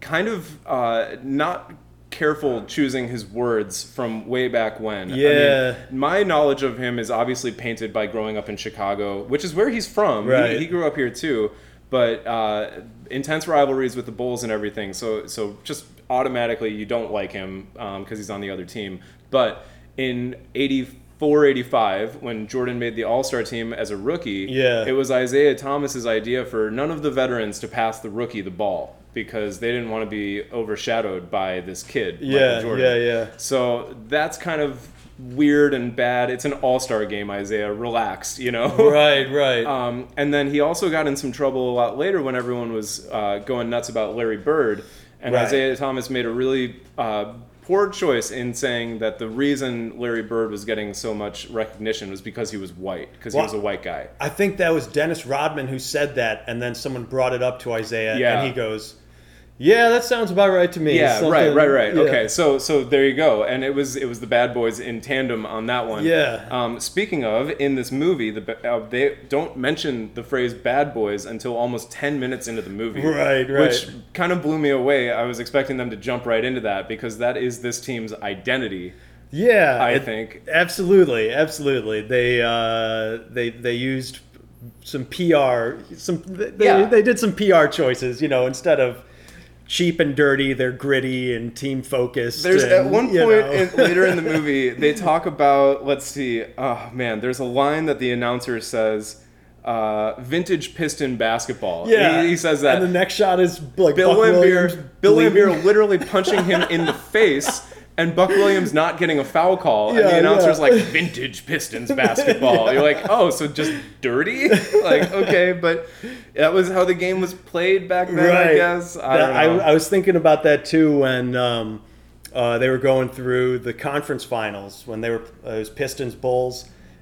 Speaker 7: kind of uh, not careful choosing his words from way back when. I mean,
Speaker 6: Yeah.
Speaker 7: my knowledge of him is obviously painted by growing up in Chicago, which is where he's from. He-
Speaker 6: Right.
Speaker 7: He, grew up here too, but uh, intense rivalries with the Bulls and everything. So, so just automatically you don't like him because he's on the other team. But in 84, 85, when Jordan made the All Star team as a rookie,
Speaker 6: Yeah.
Speaker 7: it was Isaiah Thomas's idea for none of the veterans to pass the rookie the ball because they didn't want to be overshadowed by this kid. Michael
Speaker 6: Yeah,
Speaker 7: Jordan.
Speaker 6: yeah, yeah.
Speaker 7: So that's kind of weird and bad. It's an All Star game, Isaiah. Relax, you know.
Speaker 6: Right, right.
Speaker 7: (laughs) Um, and then he also got in some trouble a lot later when everyone was uh, going nuts about Larry Bird. And
Speaker 6: Right.
Speaker 7: Isaiah Thomas made a really uh, poor choice in saying that the reason Larry Bird was getting so much recognition was because he was white, because
Speaker 6: Well,
Speaker 7: he was a white guy.
Speaker 6: I think that was Dennis Rodman who said that, and then someone brought it up to Isaiah,
Speaker 7: Yeah.
Speaker 6: and he goes, "Yeah, that sounds about right to me."
Speaker 7: Yeah, right,
Speaker 6: Something-
Speaker 7: right, right.
Speaker 6: yeah.
Speaker 7: Okay, so so there you go. And it was it was the Bad Boys in tandem on that one.
Speaker 6: Yeah.
Speaker 7: Um, speaking of, in this movie, the ba- uh, they don't mention the phrase "Bad Boys" until almost ten minutes into the movie.
Speaker 6: Right, right.
Speaker 7: Which kind of blew me away. I was expecting them to jump right into that because that is this team's identity.
Speaker 6: Yeah,
Speaker 7: I think.
Speaker 6: absolutely, absolutely. They uh, they they used some PR, some they,
Speaker 7: Yeah.
Speaker 6: they did some PR choices. You know, instead of cheap and dirty, they're gritty and team focused.
Speaker 7: There's
Speaker 6: and,
Speaker 7: at one point
Speaker 6: you know.
Speaker 7: in, later (laughs) in the movie they talk about let's see oh man there's a line that the announcer says uh, vintage piston basketball
Speaker 6: yeah,
Speaker 7: he, he says that
Speaker 6: and the next shot is like
Speaker 7: Bill
Speaker 6: Buck Williams
Speaker 7: Lambier, Bill
Speaker 6: bleeding.
Speaker 7: Lambier literally punching him in
Speaker 6: (laughs)
Speaker 7: the face, and Buck Williams not getting a foul call, and
Speaker 6: Yeah,
Speaker 7: the announcer's
Speaker 6: yeah.
Speaker 7: like, "Vintage Pistons basketball." You're
Speaker 6: (laughs)
Speaker 7: like, "Oh, so just dirty?" (laughs) like, okay, but that was how the game was played back then, I guess. I
Speaker 6: That-
Speaker 7: don't know.
Speaker 6: I, was thinking about that too when um, uh, they were going through the conference finals when they were uh, it was Pistons Bulls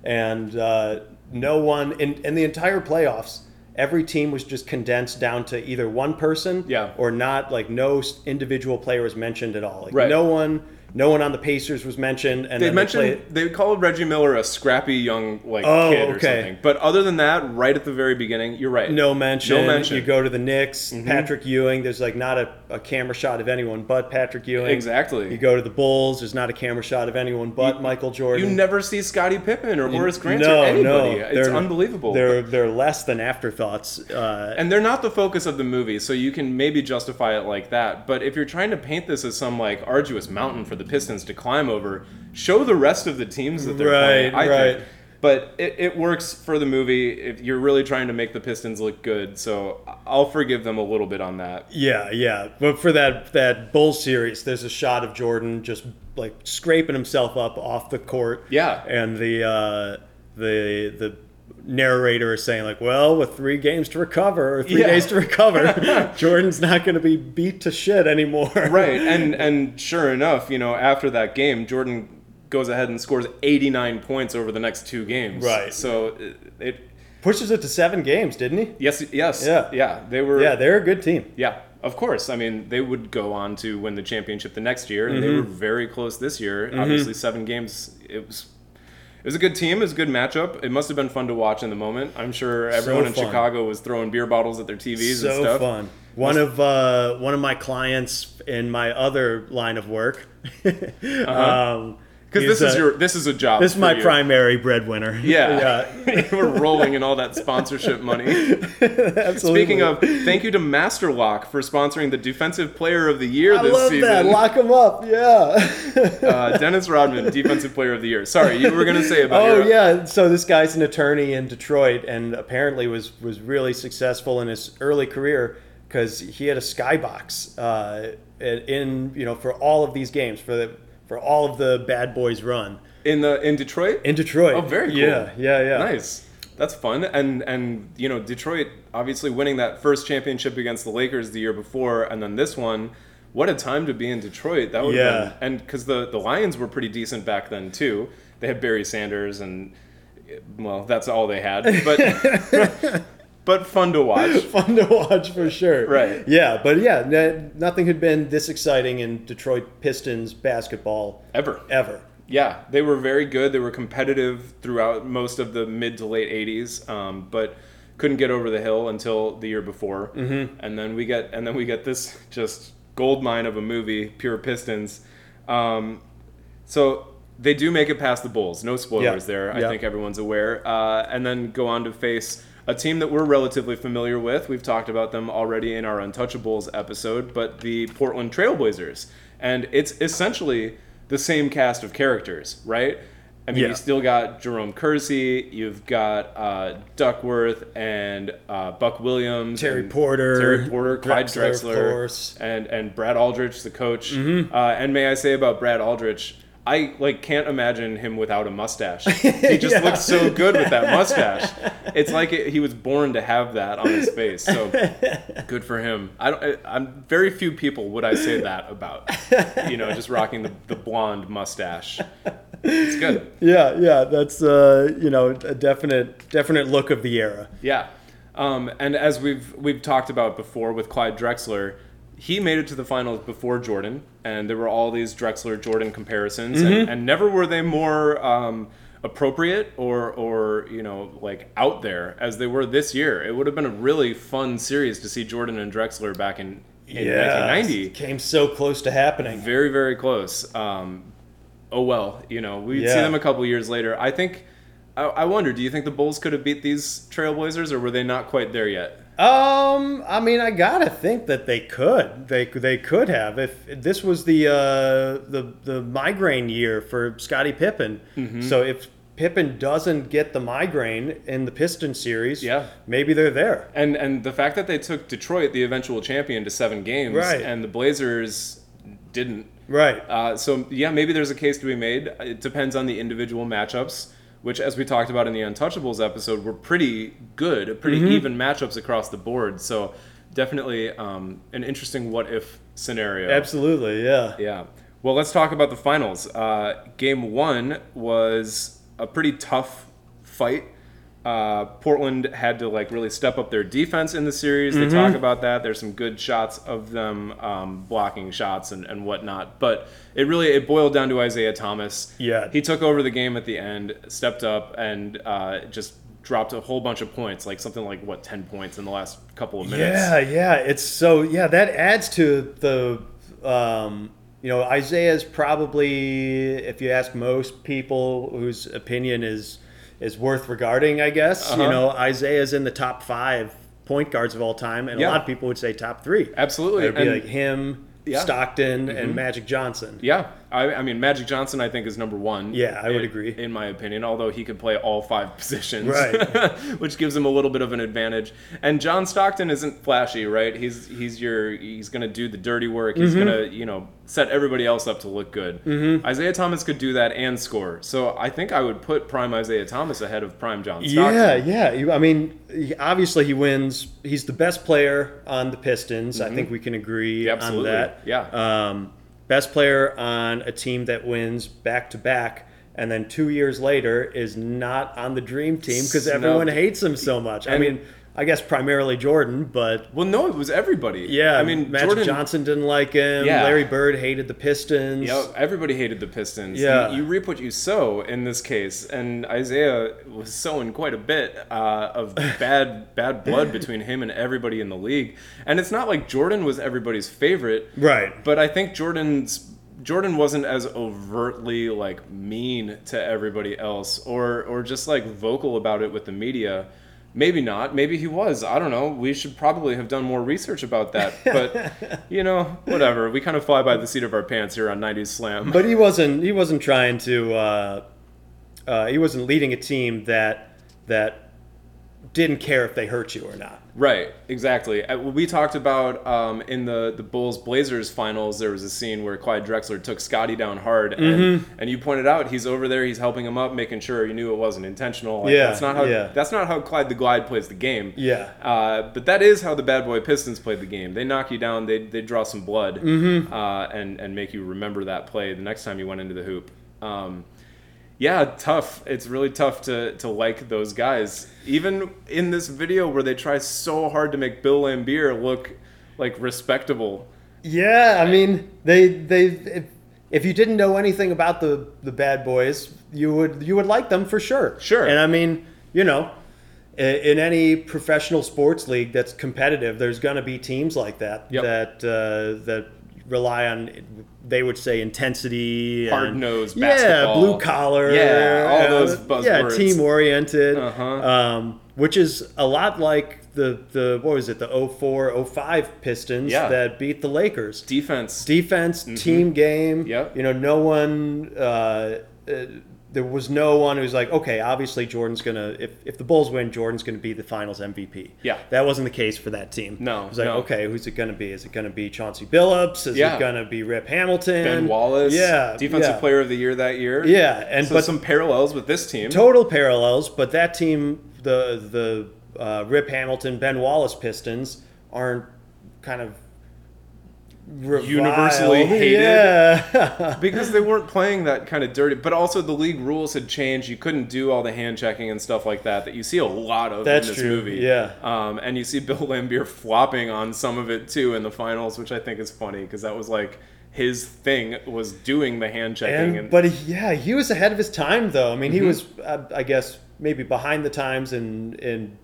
Speaker 6: and uh, no one in, in the entire playoffs. Every team was just condensed down to either one person,
Speaker 7: Yeah.
Speaker 6: or not. Like no s- individual player was mentioned at all. Like
Speaker 7: Right.
Speaker 6: no one, no one on the Pacers was mentioned. And
Speaker 7: they
Speaker 6: then
Speaker 7: mentioned
Speaker 6: play-
Speaker 7: they called Reggie Miller a scrappy young like
Speaker 6: Oh,
Speaker 7: kid or
Speaker 6: okay.
Speaker 7: something. But other than that, right at the very beginning, you're right.
Speaker 6: no mention.
Speaker 7: No mention. Mm-hmm.
Speaker 6: You go to the Knicks, Patrick Ewing. There's like not a, a camera shot of anyone but Patrick Ewing.
Speaker 7: Exactly.
Speaker 6: You go to the Bulls. There's not a camera shot of anyone but Michael Jordan.
Speaker 7: You never see Scottie Pippen or Morris Grant
Speaker 6: no,
Speaker 7: or anybody.
Speaker 6: no,
Speaker 7: it's
Speaker 6: they're-
Speaker 7: unbelievable.
Speaker 6: They're they're less than afterthoughts. Uh,
Speaker 7: and they're not the focus of the movie, so you can maybe justify it like that. But if you're trying to paint this as some like arduous mountain for the Pistons to climb over, show the rest of the teams that they're playing.
Speaker 6: Right,
Speaker 7: I
Speaker 6: right.
Speaker 7: Think. But it, it works for the movie if you're really trying to make the Pistons look good. So I'll forgive them a little bit on that.
Speaker 6: yeah, yeah. But for that that Bull series, there's a shot of Jordan just like scraping himself up off the court.
Speaker 7: Yeah.
Speaker 6: and the uh, the the narrator is saying like, well, with three games to recover, or three
Speaker 7: Yeah.
Speaker 6: days to
Speaker 7: (laughs)
Speaker 6: recover, Jordan's not going to be beat to shit anymore.
Speaker 7: Right. And and sure enough, you know, after that game, Jordan goes ahead and scores 89 points over the next two games.
Speaker 6: Right.
Speaker 7: So it, it
Speaker 6: (laughs) Pushes it to seven games, didn't he?
Speaker 7: yes yes
Speaker 6: Yeah.
Speaker 7: yeah they were
Speaker 6: Yeah, they're a good team.
Speaker 7: Yeah, of course. I mean, they would go on to win the championship the next year, and
Speaker 6: Mm-hmm.
Speaker 7: they were very close this year. Obviously, seven games. It was. It was a good team. It was a good matchup. It must have been fun to watch in the moment. I'm sure everyone in
Speaker 6: fun.
Speaker 7: Chicago was throwing beer bottles at their TVs and
Speaker 6: so
Speaker 7: stuff.
Speaker 6: fun. One of uh, one of my clients in my other line of work. (laughs)
Speaker 7: Because this is your this is a job.
Speaker 6: this is
Speaker 7: for
Speaker 6: my
Speaker 7: you.
Speaker 6: primary breadwinner.
Speaker 7: (laughs)
Speaker 6: (laughs)
Speaker 7: Yeah, (laughs) we're rolling in all that sponsorship money.
Speaker 6: absolutely.
Speaker 7: Speaking of, thank you to Masterlock for sponsoring the Defensive Player of the Year
Speaker 6: I
Speaker 7: this
Speaker 6: love
Speaker 7: season.
Speaker 6: that. Lock them up. Yeah.
Speaker 7: Uh, Dennis Rodman, Defensive Player of the Year. Sorry, you were going to say about
Speaker 6: (laughs) oh
Speaker 7: your-
Speaker 6: yeah. So this guy's an attorney in Detroit, and apparently was was really successful in his early career. because he had a skybox uh, in- in you know for all of these games for the for all of the Bad Boys run
Speaker 7: in the in Detroit.
Speaker 6: in Detroit.
Speaker 7: Oh, very cool.
Speaker 6: Yeah, yeah, yeah.
Speaker 7: Nice. That's fun. And and you know, Detroit obviously winning that first championship against the Lakers the year before and then this one. What a time to be in Detroit. That would
Speaker 6: Yeah.
Speaker 7: have been, and cuz the the Lions were pretty decent back then too. They had Barry Sanders and well, that's all they had. But (laughs) but fun to watch.
Speaker 6: (laughs) Fun to watch for sure.
Speaker 7: Right.
Speaker 6: Yeah, but yeah, n- nothing had been this exciting in Detroit Pistons basketball
Speaker 7: Ever.
Speaker 6: ever.
Speaker 7: Yeah, they were very good. They were competitive throughout most of the mid to late '80s, um, but couldn't get over the hill until the year before. Mm-hmm. And then we get and then we get this (laughs) just gold mine of a movie, pure Pistons. Um, so they do make it past the Bulls. No spoilers
Speaker 6: Yeah.
Speaker 7: there. I
Speaker 6: Yeah.
Speaker 7: think everyone's aware. Uh, and then go on to face a team that we're relatively familiar with. We've talked about them already in our Untouchables episode, but the Portland Trailblazers. And it's essentially the same cast of characters, right? I mean,
Speaker 6: Yeah.
Speaker 7: you still got Jerome Kersey, you've got uh, Duckworth and uh, Buck Williams,
Speaker 6: Terry
Speaker 7: and
Speaker 6: Porter,
Speaker 7: Terry Porter, Clyde
Speaker 6: Drexler, of
Speaker 7: Drexler,
Speaker 6: course.
Speaker 7: and and Brad Aldrich, the coach. Uh, and may I say about Brad Aldrich, I like can't imagine him without a mustache. He just
Speaker 6: Yeah.
Speaker 7: looks so good with that mustache. it's like it, he was born to have that on his face. So good for him. I don't. I, I'm very few people would I say that about. You know, just rocking the, the blonde mustache. It's good.
Speaker 6: Yeah, yeah, that's uh, you know a definite definite look of the era.
Speaker 7: Yeah, um, and as we've we've talked about before with Clyde Drexler, he made it to the finals before Jordan, and there were all these Drexler Jordan comparisons, and, and never were they more um, appropriate or or you know like out there as they were this year. It would have been a really fun series to see Jordan and Drexler back in, in 1990
Speaker 6: came so close to happening.
Speaker 7: very very close um, oh well you know we'd see
Speaker 6: Yeah.
Speaker 7: them a couple years later i think I, I wonder do you think the bulls could have beat these trailblazers or were they not quite there yet
Speaker 6: Um, I mean, I gotta think that they could. They they could have if this was the uh, the the migraine year for Scottie Pippen.
Speaker 7: Mm-hmm.
Speaker 6: So if Pippen doesn't get the migraine in the Piston series,
Speaker 7: Yeah.
Speaker 6: maybe they're there.
Speaker 7: and and the fact that they took detroit the eventual champion to seven games
Speaker 6: Right.
Speaker 7: and the blazers didn't
Speaker 6: Right.
Speaker 7: uh, so yeah maybe there's a case to be made it depends on the individual matchups which as we talked about in the untouchables episode were pretty good pretty
Speaker 6: Mm-hmm.
Speaker 7: even matchups across the board so definitely um, an interesting what if scenario
Speaker 6: Absolutely. Yeah.
Speaker 7: Yeah. Well, let's talk about the finals. Uh, game one was a pretty tough fight. Uh, Portland had to like really step up their defense in the series. They
Speaker 6: Mm-hmm.
Speaker 7: talk about that. There's some good shots of them um, blocking shots and, and whatnot. But it really it boiled down to Isaiah Thomas.
Speaker 6: Yeah.
Speaker 7: he took over the game at the end, stepped up, and uh, just dropped a whole bunch of points, like something like what ten points in the last couple of minutes.
Speaker 6: Yeah, yeah. It's so yeah, that adds to the um you know, Isaiah's probably if you ask most people whose opinion is is worth regarding, I guess. You
Speaker 7: Uh-huh.
Speaker 6: know, Isaiah's in the top five point guards of all time, and
Speaker 7: Yeah.
Speaker 6: a lot of people would say top three.
Speaker 7: Absolutely.
Speaker 6: It'd be
Speaker 7: And-
Speaker 6: like him,
Speaker 7: Yeah. Mm-hmm.
Speaker 6: Stockton, and Magic Johnson.
Speaker 7: Yeah, I, I mean Magic Johnson, I think is number one.
Speaker 6: Yeah, I would
Speaker 7: in-
Speaker 6: agree.
Speaker 7: in my opinion. Although he could play all five (laughs) positions,
Speaker 6: Right.
Speaker 7: which gives him a little bit of an advantage. And John Stockton isn't flashy, right? He's he's your he's gonna do the dirty work.
Speaker 6: Mm-hmm.
Speaker 7: He's gonna you know set everybody else up to look good. Isaiah Thomas could do that and score. So I think I would put prime Isaiah Thomas ahead of prime John Stockton.
Speaker 6: Yeah, yeah. You- I mean, he- obviously he wins. He's the best player on the Pistons. I think we can agree
Speaker 7: Yeah, Mm-hmm. absolutely.
Speaker 6: on that.
Speaker 7: Yeah.
Speaker 6: Um, best player on a team that wins back to back, and then two years later is not on the dream team because
Speaker 7: Snubbed.
Speaker 6: everyone hates him so much. I
Speaker 7: And-
Speaker 6: mean, I guess primarily Jordan, but
Speaker 7: Well, no, it was everybody.
Speaker 6: yeah.
Speaker 7: I mean
Speaker 6: Magic
Speaker 7: Jordan,
Speaker 6: Johnson didn't like him.
Speaker 7: Yeah.
Speaker 6: Larry Bird hated the Pistons.
Speaker 7: Yep, everybody hated the Pistons. You-
Speaker 6: Yeah.
Speaker 7: You, reap what you sow in this case, and Isaiah was sowing quite a bit uh, of bad (laughs) bad
Speaker 6: (laughs)
Speaker 7: blood between him and everybody in the league. And it's not like Jordan was everybody's favorite,
Speaker 6: Right.
Speaker 7: But I think Jordan's Jordan wasn't as overtly like mean to everybody else, or or just like vocal about it with the media. Maybe not. Maybe he was. I don't know. We should probably have done more research about
Speaker 6: (laughs)
Speaker 7: that. But you know, whatever. We kind of fly by the seat of our pants here on '90s Slam.
Speaker 6: But he wasn't. He wasn't trying to. Uh, uh, he wasn't leading a team that that didn't care if they hurt you or not.
Speaker 7: Right, exactly. Uh, We talked about um, in the, the Bulls Blazers finals, there was a scene where Clyde Drexler took Scotty down hard, and,
Speaker 6: Mm-hmm.
Speaker 7: and you pointed out he's over there, he's helping him up, making sure he knew it wasn't intentional. Like,
Speaker 6: Yeah,
Speaker 7: that's not how
Speaker 6: yeah.
Speaker 7: that's not how Clyde the Glide plays the game.
Speaker 6: Yeah.
Speaker 7: uh, but that is how the Bad Boy Pistons played the game. They knock you down, they they draw some blood,
Speaker 6: Mm-hmm.
Speaker 7: uh, and and make you remember that play the next time you went into the hoop. Um, yeah, tough. It's really tough to to like those guys. Even in this video where they try so hard to make Bill Lambier look like respectable.
Speaker 6: Yeah, I mean, they they if, if you didn't know anything about the the bad boys, you would you would like them for sure.
Speaker 7: Sure.
Speaker 6: And I mean, you know, i- in any professional sports league that's competitive, there's going to be teams like that
Speaker 7: Yep.
Speaker 6: that uh, that rely on they would say intensity, and-
Speaker 7: Hard-nosed
Speaker 6: yeah,
Speaker 7: basketball.
Speaker 6: blue collar,
Speaker 7: Yeah, all
Speaker 6: uh,
Speaker 7: those buzzwords.
Speaker 6: yeah, team oriented,
Speaker 7: Uh-huh.
Speaker 6: um, which is a lot like the the what was it the 04, 05 Pistons
Speaker 7: Yeah.
Speaker 6: that beat the Lakers
Speaker 7: Defense.
Speaker 6: defense, team game.
Speaker 7: Yep.
Speaker 6: You know, no one. Uh, uh, there was no one who's like, okay, obviously Jordan's gonna. If, if the Bulls win, Jordan's gonna be the Finals MVP.
Speaker 7: Yeah.
Speaker 6: That wasn't the case for that team.
Speaker 7: No,
Speaker 6: It was like,
Speaker 7: no.
Speaker 6: okay, who's it gonna be? Is it gonna be Chauncey Billups? Is
Speaker 7: Yeah.
Speaker 6: it gonna be Rip Hamilton?
Speaker 7: ben Wallace.
Speaker 6: Yeah.
Speaker 7: Defensive
Speaker 6: yeah.
Speaker 7: player of the year that year.
Speaker 6: Yeah, and
Speaker 7: so
Speaker 6: but
Speaker 7: some parallels with this team.
Speaker 6: total parallels, but that team, the the uh, Rip Hamilton, Ben Wallace Pistons, aren't kind of reviled.
Speaker 7: Universally hated.
Speaker 6: Yeah.
Speaker 7: because they weren't playing that kind of dirty, but also the league rules had changed. You couldn't do all the hand checking and stuff like that that you see a lot of
Speaker 6: That's
Speaker 7: in this
Speaker 6: true,
Speaker 7: movie.
Speaker 6: yeah.
Speaker 7: um, and you see (laughs) Bill Lambier flopping on some of it too in the finals, which I think is funny because that was like his thing was doing the hand checking.
Speaker 6: And,
Speaker 7: And,
Speaker 6: but he- yeah, he was ahead of his time though. I mean,
Speaker 7: Mm-hmm.
Speaker 6: he was, uh, I guess, maybe behind the times in in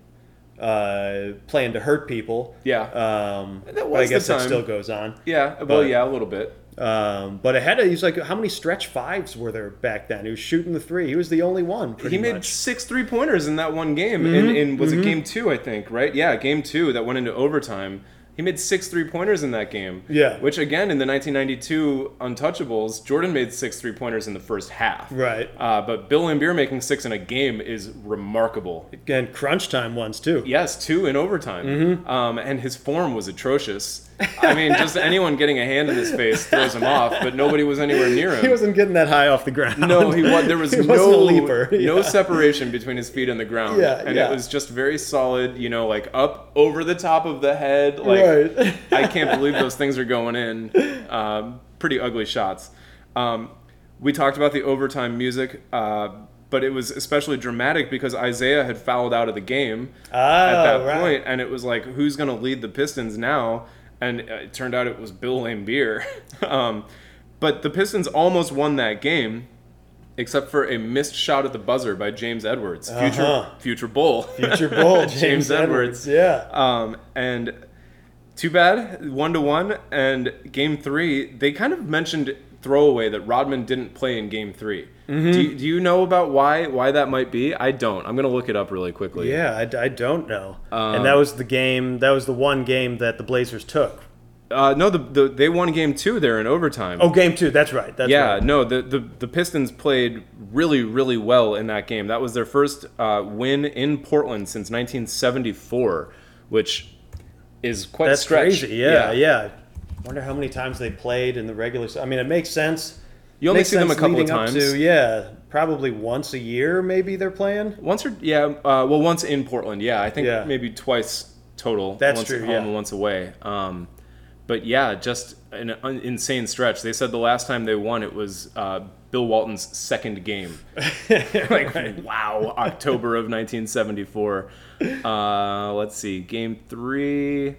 Speaker 6: uh, playing to hurt people.
Speaker 7: Yeah.
Speaker 6: um,
Speaker 7: That
Speaker 6: but I
Speaker 7: was the
Speaker 6: guess that
Speaker 7: time.
Speaker 6: still goes on.
Speaker 7: yeah, well,
Speaker 6: but-
Speaker 7: yeah, a little bit.
Speaker 6: Um, but ahead of he's like, how many stretch fives were there back then? He was shooting the three. He was the only one. Pretty
Speaker 7: he made
Speaker 6: much.
Speaker 7: six three pointers in that one game. In,
Speaker 6: Mm-hmm.
Speaker 7: in was it game two? I think right. Yeah, game two that went into overtime. He made six three pointers in that game.
Speaker 6: Yeah.
Speaker 7: Which again in the 1992 Untouchables, Jordan made six three pointers in the first half.
Speaker 6: Right.
Speaker 7: Uh, but Bill Lambier making six in a game is remarkable.
Speaker 6: and crunch time ones too.
Speaker 7: Yes, two in overtime.
Speaker 6: Mm-hmm.
Speaker 7: Um, and his form was atrocious. I mean, just
Speaker 6: (laughs)
Speaker 7: anyone getting a hand in his face throws him off, but nobody was anywhere near him.
Speaker 6: He wasn't getting that high off the ground.
Speaker 7: No, he was. There was
Speaker 6: (laughs) He
Speaker 7: no
Speaker 6: wasn't a leaper.
Speaker 7: no
Speaker 6: Yeah.
Speaker 7: separation between his feet and the ground.
Speaker 6: Yeah,
Speaker 7: and
Speaker 6: yeah.
Speaker 7: it was just very solid. You know, like up over the top of the head. Like
Speaker 6: Right. (laughs)
Speaker 7: I can't believe those things are going in. Um, pretty ugly shots. Um, we talked about the overtime music. Uh, but it was especially dramatic because Isaiah had fouled out of the game at
Speaker 6: Oh,
Speaker 7: that
Speaker 6: right.
Speaker 7: point, and it was like, who's going to lead the Pistons now? And it turned out it was Bill Lambier. (laughs) um, but the Pistons almost won that game, except for a missed shot at the buzzer by James Edwards, future
Speaker 6: Uh-huh.
Speaker 7: future Bull,
Speaker 6: (laughs)
Speaker 7: (laughs)
Speaker 6: Future Bull, James,
Speaker 7: James Edwards.
Speaker 6: Edwards. Yeah.
Speaker 7: Um, and too bad, one to one, and game three. They kind of mentioned throwaway that Rodman didn't play in game 3
Speaker 6: Mm-hmm.
Speaker 7: Do, you, do you know about why why that might be? I don't. I'm gonna look it up really quickly.
Speaker 6: Yeah, I, I don't know. and
Speaker 7: um,
Speaker 6: that was the game. That was the one game that the Blazers took.
Speaker 7: Uh, no, the, the they won game two there in overtime.
Speaker 6: Oh, game two. That's right. That's
Speaker 7: yeah,
Speaker 6: right.
Speaker 7: no, the, the the Pistons played really really well in that game. That was their first uh, win in Portland since 1974, which is quite
Speaker 6: that's
Speaker 7: a stretch.
Speaker 6: crazy. Yeah, yeah, Wonder how many times they played in the regular. se- I mean, it makes sense.
Speaker 7: You only
Speaker 6: Makes
Speaker 7: see them a
Speaker 6: sense
Speaker 7: couple of
Speaker 6: leading up
Speaker 7: times.
Speaker 6: to- yeah, probably once a year. Maybe they're playing.
Speaker 7: Once or yeah, uh, well, once in Portland, yeah. I think
Speaker 6: Yeah.
Speaker 7: maybe twice total.
Speaker 6: That's
Speaker 7: once
Speaker 6: true,
Speaker 7: at home
Speaker 6: yeah.
Speaker 7: and once away. Um, but yeah, just an un- insane stretch. They said the last time they won it was uh, Bill Walton's second
Speaker 6: (laughs)
Speaker 7: game. (laughs) like wow, October of 1974. Uh, let's see, game three.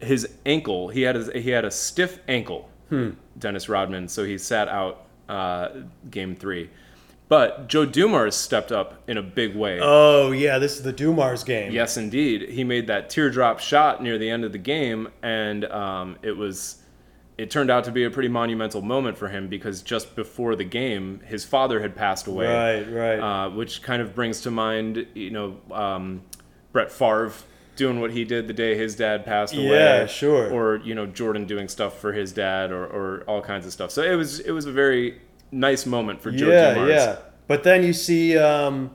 Speaker 7: His ankle. He had his, he had a stiff ankle.
Speaker 6: Hmm.
Speaker 7: Dennis Rodman, so he sat out uh, game three. But Joe Dumars stepped up in a big way.
Speaker 6: Oh yeah, this is the Dumars game.
Speaker 7: Yes, indeed. He made that teardrop shot near the end of the game, and um, it was. It turned out to be a pretty monumental moment for him because just before the game, his father had passed away.
Speaker 6: Right, right.
Speaker 7: Uh, which kind of brings to mind, you know, um, Brett Favre doing what he did the day his dad passed away.
Speaker 6: Yeah, sure.
Speaker 7: Or you know, Jordan doing stuff for his dad, or, or all kinds of stuff. So it was it was a very nice moment for Joe
Speaker 6: yeah,
Speaker 7: Dumars.
Speaker 6: yeah. But then you see um,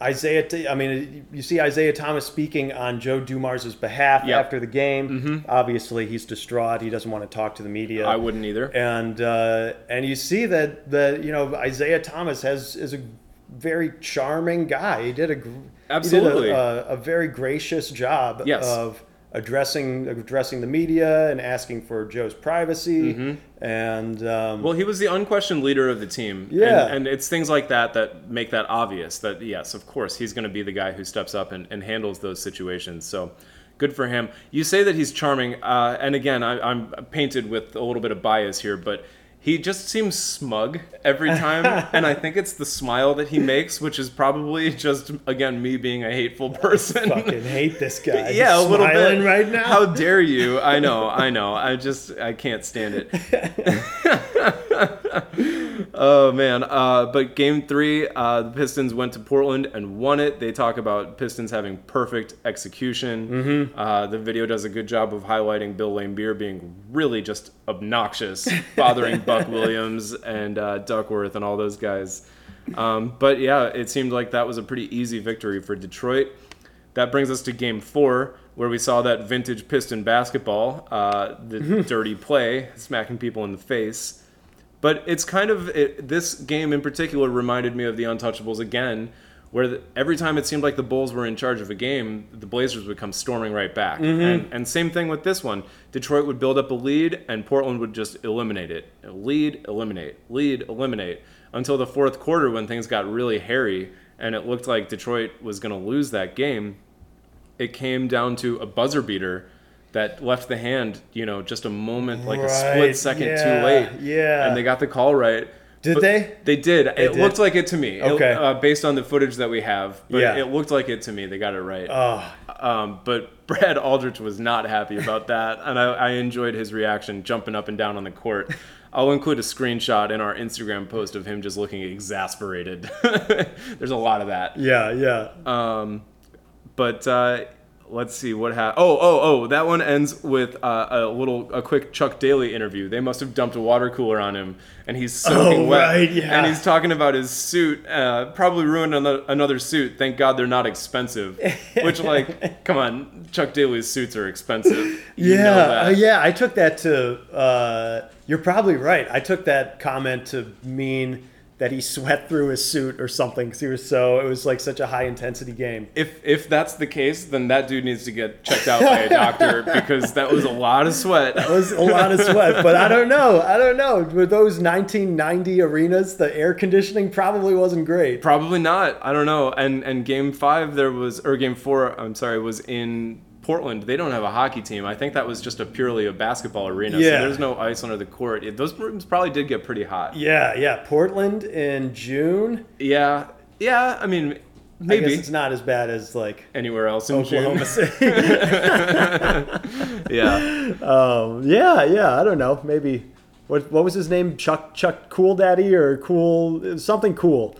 Speaker 6: Isaiah, T- I mean, you see Isaiah Thomas speaking on Joe Dumars' behalf
Speaker 7: Yep. Mm-hmm.
Speaker 6: after the game. Obviously, he's distraught. He doesn't want to talk to the media.
Speaker 7: I wouldn't either.
Speaker 6: And uh, and you see that that you know Isaiah Thomas has is a very charming guy. He did a gr- he did a-
Speaker 7: Absolutely.
Speaker 6: a, a very gracious job
Speaker 7: Yes.
Speaker 6: of addressing addressing the media and asking for Joe's privacy.
Speaker 7: Mm-hmm.
Speaker 6: And um,
Speaker 7: Well, he was the unquestioned leader of the team. and-
Speaker 6: Yeah.
Speaker 7: And, it's things like that that make that obvious that, yes, of course, he's going to be the guy who steps up and, and handles those situations. So good for him. You say that he's charming. Uh, and again, I, I'm painted with a little bit of bias here, but he just seems smug every
Speaker 6: (laughs)
Speaker 7: time. and I think it's the smile that he makes, which is probably just, again, me being a
Speaker 6: (laughs)
Speaker 7: hateful person.
Speaker 6: fucking hate this
Speaker 7: (laughs)
Speaker 6: guy.
Speaker 7: yeah, a
Speaker 6: He's
Speaker 7: little bit.
Speaker 6: smiling right now.
Speaker 7: How dare you? I know, I know. I just I can't stand
Speaker 6: (laughs)
Speaker 7: it. oh man. Uh, but game three, uh, the Pistons went to Portland and won it. They talk about Pistons having perfect execution.
Speaker 6: Mm-hmm.
Speaker 7: Uh, the video does a good job of highlighting Bill Laimbeer being really just obnoxious, bothering
Speaker 6: (laughs)
Speaker 7: Buck Williams and uh, Duckworth and all those guys. Um, but yeah, it seemed like that was a pretty easy victory for Detroit. That brings us to game four, where we saw that vintage piston basketball, uh, the dirty play, smacking people in the face. But it's kind of it, this game in particular reminded me of the Untouchables again, where the, every time it seemed like the Bulls were in charge of a game, the Blazers would come storming right back.
Speaker 6: Mm-hmm.
Speaker 7: And, and same thing with this one. Detroit would build up a lead, and Portland would just eliminate it. Lead, eliminate, lead, eliminate, until the fourth quarter when things got really hairy and it looked like Detroit was going to lose that game it came down to a buzzer beater that left the hand, you know, just a moment, like a split
Speaker 6: Right,
Speaker 7: second
Speaker 6: yeah,
Speaker 7: too late.
Speaker 6: yeah.
Speaker 7: And they got the call right.
Speaker 6: Did
Speaker 7: But
Speaker 6: they?
Speaker 7: They did. it
Speaker 6: did.
Speaker 7: looked like it to me. It-
Speaker 6: Okay.
Speaker 7: uh, based on the footage that we have, but
Speaker 6: Yeah. Ah.
Speaker 7: it looked like it to me. They got it right. Um, but (laughs) Brad Aldrich was not happy about that, and I, I enjoyed his reaction, jumping up and down on the court. I'll include a screenshot in our Instagram post of him just looking exasperated. (laughs) There's a lot of that.
Speaker 6: (laughs) yeah, yeah.
Speaker 7: Um, But uh, let's see what happened. Oh, oh, oh! That one ends with uh, a little, a quick Chuck Daly interview. They must have dumped a water cooler on him, and he's soaking
Speaker 6: Oh,
Speaker 7: wet.
Speaker 6: right, yeah.
Speaker 7: And he's talking about his suit, uh, probably ruined ano- another suit. Thank God they're not
Speaker 6: (laughs)
Speaker 7: expensive. Which, like, come on, Chuck Daly's suits are expensive. You know
Speaker 6: Yeah,
Speaker 7: that.
Speaker 6: uh, yeah. I took that to. Uh, you're probably right. I took that comment to mean that he sweat through his suit or something because he was so. It was like such a high intensity game.
Speaker 7: If if that's the case, then that dude needs to get checked out
Speaker 6: (laughs)
Speaker 7: by a doctor because that was a lot of sweat.
Speaker 6: It was a lot of sweat, but I don't know. I don't know. With those 1990 arenas, the air conditioning probably wasn't great.
Speaker 7: Probably not. I don't know. And and game five there was or game four. I'm sorry, was in Portland. They don't have a hockey team. I think that was just a purely a basketball arena.
Speaker 6: Yeah.
Speaker 7: So there's no ice under the court. It- those rooms probably did get pretty hot. Yeah.
Speaker 6: Yeah, yeah. Portland in June.
Speaker 7: Yeah. I mean,
Speaker 6: I guess
Speaker 7: maybe
Speaker 6: it's not as bad as like
Speaker 7: anywhere else in
Speaker 6: Oklahoma
Speaker 7: June.
Speaker 6: City.
Speaker 7: (laughs) yeah.
Speaker 6: Yeah, yeah. I don't know. Maybe what what was his name? Chuck Chuck Cool Daddy or Cool something cool.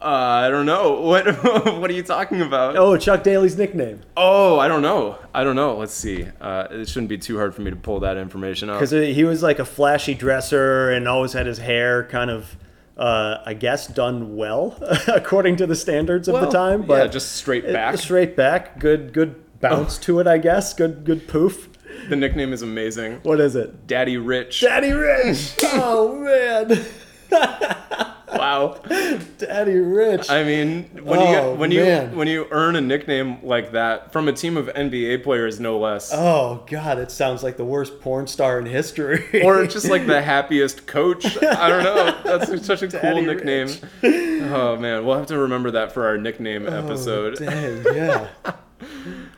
Speaker 7: Uh, I don't know. (laughs) What What are you talking about?
Speaker 6: Oh, Chuck Daly's nickname
Speaker 7: Oh, I don't know. I don't know. Let's see. Uh, it shouldn't be too hard for me to pull that information up.
Speaker 6: because uh, he was like a flashy dresser and always had his hair kind of. Uh, I guess done well (laughs) according to the standards of
Speaker 7: Well,
Speaker 6: the time,
Speaker 7: Oh, yeah,
Speaker 6: but
Speaker 7: just straight
Speaker 6: it-
Speaker 7: back.
Speaker 6: straight back, good good bounce to it, I guess. Good good poof.
Speaker 7: The nickname is amazing.
Speaker 6: What is it?
Speaker 7: Daddy Rich.
Speaker 6: Daddy Rich. (laughs) oh man, (laughs)
Speaker 7: wow.
Speaker 6: Daddy Rich.
Speaker 7: I mean, when
Speaker 6: Oh,
Speaker 7: you when
Speaker 6: man.
Speaker 7: you when you earn a nickname like that from a team of NBA players, no less,
Speaker 6: oh god, it sounds like the worst porn star in history. (laughs)
Speaker 7: or just like the happiest coach. I don't know. That's such a cool
Speaker 6: Daddy
Speaker 7: nickname. Oh man, we'll have to remember that for our nickname
Speaker 6: Oh,
Speaker 7: episode.
Speaker 6: Dang, yeah.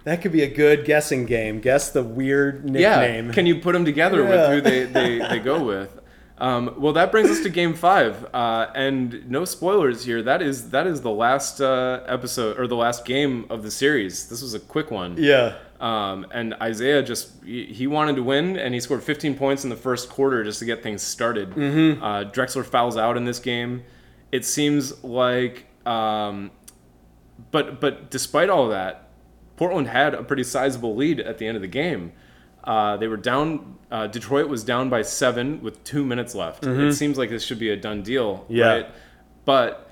Speaker 6: That could be a good guessing game. Guess the weird
Speaker 7: yeah,
Speaker 6: nickname.
Speaker 7: can you put them together
Speaker 6: Yeah.
Speaker 7: with who they
Speaker 6: (laughs)
Speaker 7: they, they go with? Um, well, that brings us to Game Five, uh, and no spoilers here. That is that is the last uh, episode or the last game of the series. This was a quick one.
Speaker 6: yeah.
Speaker 7: Um, and Isaiah just he he wanted to win, and he scored 15 points in the first quarter just to get things started. Uh, Drexler fouls out in this game. It seems like, um, but but despite all that, Portland had a pretty sizable lead at the end of the game. Uh, they were down. Uh, Detroit was down by seven with two minutes left. It seems like this should be a done deal,
Speaker 6: Yeah.
Speaker 7: right? But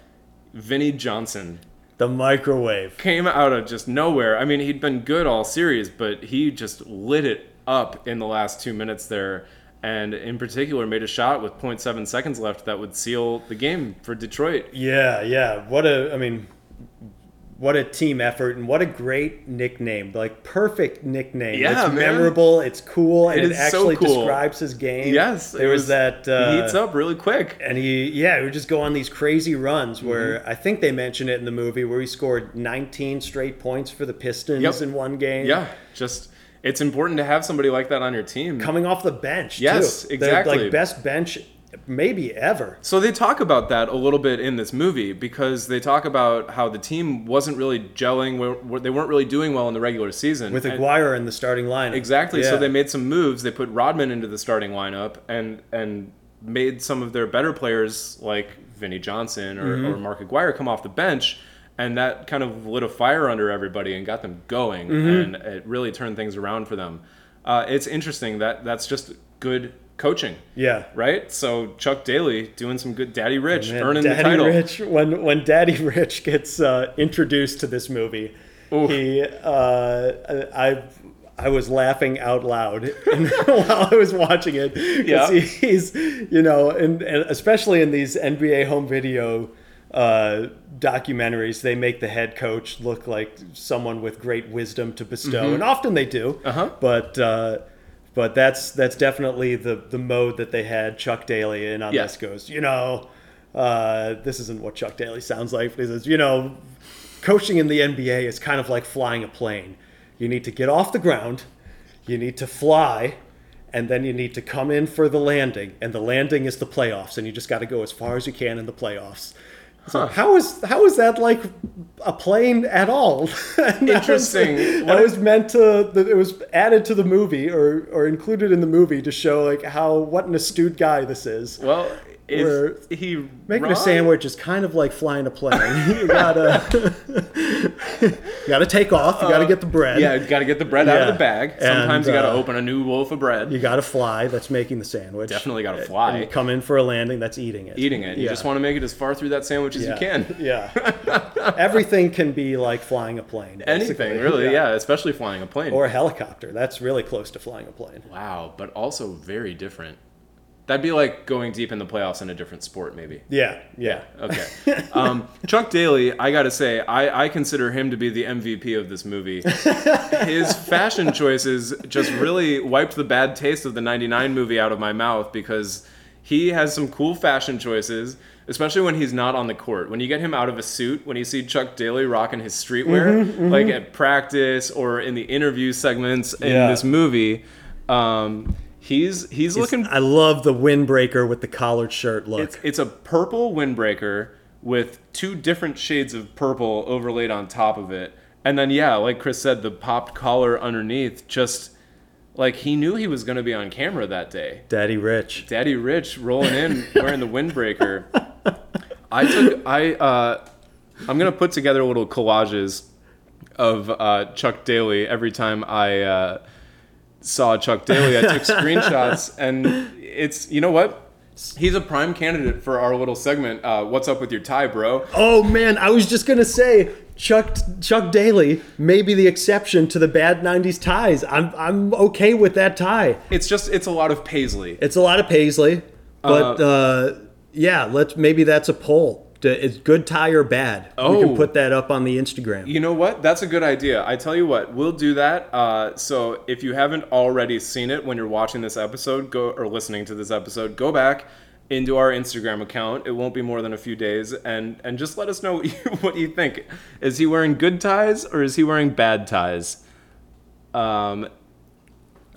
Speaker 7: Vinny Johnson,
Speaker 6: The microwave.
Speaker 7: came out of just nowhere. I mean, he'd been good all series, but he just lit it up in the last two minutes there. And in particular, made a shot with 0.7 seconds left that would seal the game for Detroit.
Speaker 6: Yeah, yeah. What a, I mean, what a team effort and what a great nickname. Like, perfect nickname.
Speaker 7: Yeah, man.
Speaker 6: it's memorable, it's cool, and
Speaker 7: It
Speaker 6: it
Speaker 7: is so
Speaker 6: actually
Speaker 7: cool.
Speaker 6: describes his game.
Speaker 7: Yes,
Speaker 6: There
Speaker 7: it
Speaker 6: was, that. Uh,
Speaker 7: he heats up really quick.
Speaker 6: And he, yeah, he would just go on these crazy
Speaker 7: Mm-hmm.
Speaker 6: runs where I think they mention it in the movie where he scored 19 straight points for the Pistons
Speaker 7: Yep.
Speaker 6: in one game.
Speaker 7: Yeah, just it's important to have somebody like that on your team.
Speaker 6: Coming off the bench.
Speaker 7: Yes,
Speaker 6: too. They're,
Speaker 7: exactly.
Speaker 6: Like, best bench maybe ever.
Speaker 7: So they talk about that a little bit in this movie because they talk about how the team wasn't really gelling. where- where They weren't really doing well in the regular season.
Speaker 6: With
Speaker 7: And-
Speaker 6: Aguirre in the starting lineup.
Speaker 7: Exactly. So
Speaker 6: Yeah.
Speaker 7: they made some moves. They put Rodman into the starting lineup and and made some of their better players like Vinny Johnson or,
Speaker 6: Mm-hmm.
Speaker 7: or Mark Aguirre come off the bench. And that kind of lit a fire under everybody and got them going.
Speaker 6: Mm-hmm.
Speaker 7: And it really turned things around for them. Uh, it's interesting that that's just good coaching.
Speaker 6: Yeah. Oh,
Speaker 7: Right? So Chuck Daly doing some good Daddy Rich,
Speaker 6: Man,
Speaker 7: earning
Speaker 6: Daddy
Speaker 7: the title.
Speaker 6: Rich, when when Daddy (laughs) Rich gets uh, introduced to this movie, he uh, I I was laughing out loud (laughs) while I was watching it 'cause
Speaker 7: Yeah.
Speaker 6: he- he's you know and, and especially in these NBA home video uh, documentaries, they make the head coach look like someone with great wisdom to bestow,
Speaker 7: Mm-hmm.
Speaker 6: and often they do. Uh-huh. But uh, but that's that's definitely the the mode that they had Chuck Daly in on
Speaker 7: Yeah.
Speaker 6: this goes. You know, uh, this isn't what Chuck Daly sounds like. But he says, you know, coaching in the NBA is kind of like flying a plane. You need to get off the ground, you need to fly, and then you need to come in for the landing. And the landing is the playoffs, and you just got to go as far as you can in the playoffs. So how is how is that like a plane at all? (laughs) And that was-
Speaker 7: Interesting.
Speaker 6: That
Speaker 7: What-
Speaker 6: was meant to that it was added to the movie or or included in the movie to show like how what an astute guy this is.
Speaker 7: Well,
Speaker 6: We're
Speaker 7: is he
Speaker 6: Making a
Speaker 7: wrong?
Speaker 6: sandwich is kind of like flying a plane. (laughs) you gotta, (laughs) you gotta take off. You gotta get the bread.
Speaker 7: Yeah, you got to get the bread out of
Speaker 6: Yeah.
Speaker 7: the bag. Sometimes
Speaker 6: And,
Speaker 7: you got to
Speaker 6: uh,
Speaker 7: open a new loaf of bread.
Speaker 6: you gotta fly. That's making the sandwich.
Speaker 7: Definitely gotta
Speaker 6: And
Speaker 7: fly.
Speaker 6: you come in for a landing. That's eating it.
Speaker 7: eating it. You
Speaker 6: Yeah.
Speaker 7: just want to make it as far through that sandwich as
Speaker 6: Yeah.
Speaker 7: you (laughs) can.
Speaker 6: (laughs) Yeah.
Speaker 7: (laughs)
Speaker 6: Everything can be like flying a plane. basically.
Speaker 7: Anything, really, yeah. especially flying a plane.
Speaker 6: Or a helicopter. That's really close to flying a plane.
Speaker 7: wow, but also very different. That'd be like going deep in the playoffs in a different sport, maybe.
Speaker 6: Yeah. Yeah.
Speaker 7: Okay. Um, Chuck Daly, I gotta say, I, I consider him to be the MVP of this movie. His fashion choices just really wiped the bad taste of the '99 movie out of my mouth because he has some cool fashion choices, especially when he's not on the court. When you get him out of a suit, when you see Chuck Daly rocking his streetwear, like at practice or in the interview segments in
Speaker 6: Yeah.
Speaker 7: this movie, um, he's he's looking
Speaker 6: I love the windbreaker with the collared shirt look.
Speaker 7: it's, it's a purple windbreaker with two different shades of purple overlaid on top of it. And then, yeah, like Chris said, the popped collar underneath just like he knew he was going to be on camera that day.
Speaker 6: Daddy Rich.
Speaker 7: Daddy Rich rolling in wearing the windbreaker. I took, I, uh, I'm going to put together little collages of uh, Chuck Daly every time I uh, saw Chuck Daly. I took screenshots, and it's you know what? He's a prime candidate for our little segment. Uh, What's up with your tie, bro?
Speaker 6: Oh man, I was just gonna say Chuck Chuck Daly may be the exception to the bad '90s ties. I'm I'm okay with that tie.
Speaker 7: It's just it's a lot of paisley.
Speaker 6: It's a lot of paisley, but uh, yeah, let's maybe that's a poll. D- Is good tie or bad? we
Speaker 7: Oh.
Speaker 6: can put that up on the Instagram.
Speaker 7: You know what? That's a good idea. I tell you what, we'll do that. Uh, so if you haven't already seen it when you're watching this episode, go or listening to this episode, go back into our Instagram account. It won't be more than a few days, and and just let us know (laughs) what you, what you think. Is he wearing good ties or is he wearing bad ties? Um,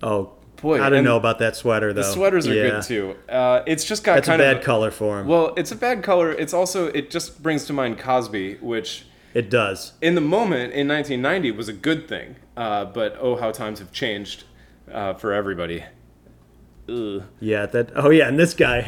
Speaker 6: oh
Speaker 7: Boy,
Speaker 6: I don't
Speaker 7: and
Speaker 6: know about that sweater though.
Speaker 7: the sweaters are
Speaker 6: Yeah.
Speaker 7: good too. Uh, it's just got
Speaker 6: That's a
Speaker 7: kind
Speaker 6: bad
Speaker 7: of
Speaker 6: color for him.
Speaker 7: Well, it's a bad color. It's also it just brings to mind Cosby, which
Speaker 6: it does.
Speaker 7: in the moment in 1990 was a good thing, uh, but oh how times have changed uh, for everybody. Ugh.
Speaker 6: Yeah. That. Oh yeah. And this guy.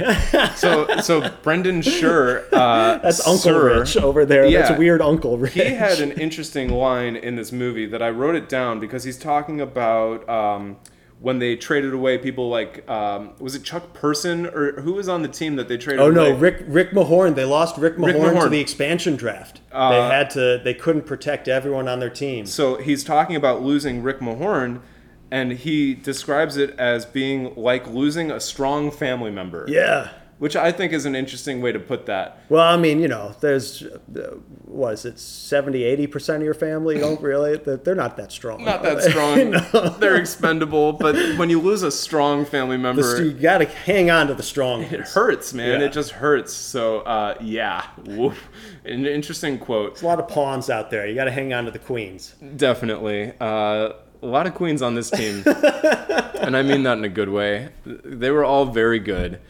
Speaker 6: (laughs)
Speaker 7: So so Brendan Schur, uh,
Speaker 6: that's Uncle
Speaker 7: Sir,
Speaker 6: Rich over there.
Speaker 7: Yeah.
Speaker 6: That's weird Uncle Rich.
Speaker 7: He had an interesting line in this movie that I wrote it down because he's talking about um, when they traded away people like um, was it Chuck Person or who was on the team that they traded?
Speaker 6: Oh no,
Speaker 7: away?
Speaker 6: Rick Rick Mahorn. They lost Rick Mahorn, to
Speaker 7: Mahorn. Uh,
Speaker 6: the expansion draft. they had to. They couldn't protect everyone on their team.
Speaker 7: So he's talking about losing Rick Mahorn, and he describes it as being like losing a strong family member.
Speaker 6: yeah.
Speaker 7: Which I think is an interesting way to put that.
Speaker 6: Well, I mean, you know, there's uh, what is it, 70, 80 percent of your
Speaker 7: (laughs)
Speaker 6: family don't really. They're they're not that strong.
Speaker 7: Not
Speaker 6: are
Speaker 7: that
Speaker 6: (laughs) they?
Speaker 7: strong. They're expendable, but when you lose a strong family member,
Speaker 6: Just, you got to hang on to the strong.
Speaker 7: it hurts, man.
Speaker 6: Yeah.
Speaker 7: It just hurts. So, uh, yeah. Woof. An interesting quote.
Speaker 6: A lot of pawns out there. You got to hang on to the queens.
Speaker 7: Definitely. Uh, a lot of queens on this
Speaker 6: (laughs)
Speaker 7: team. and I mean that in a good way. They were all very good.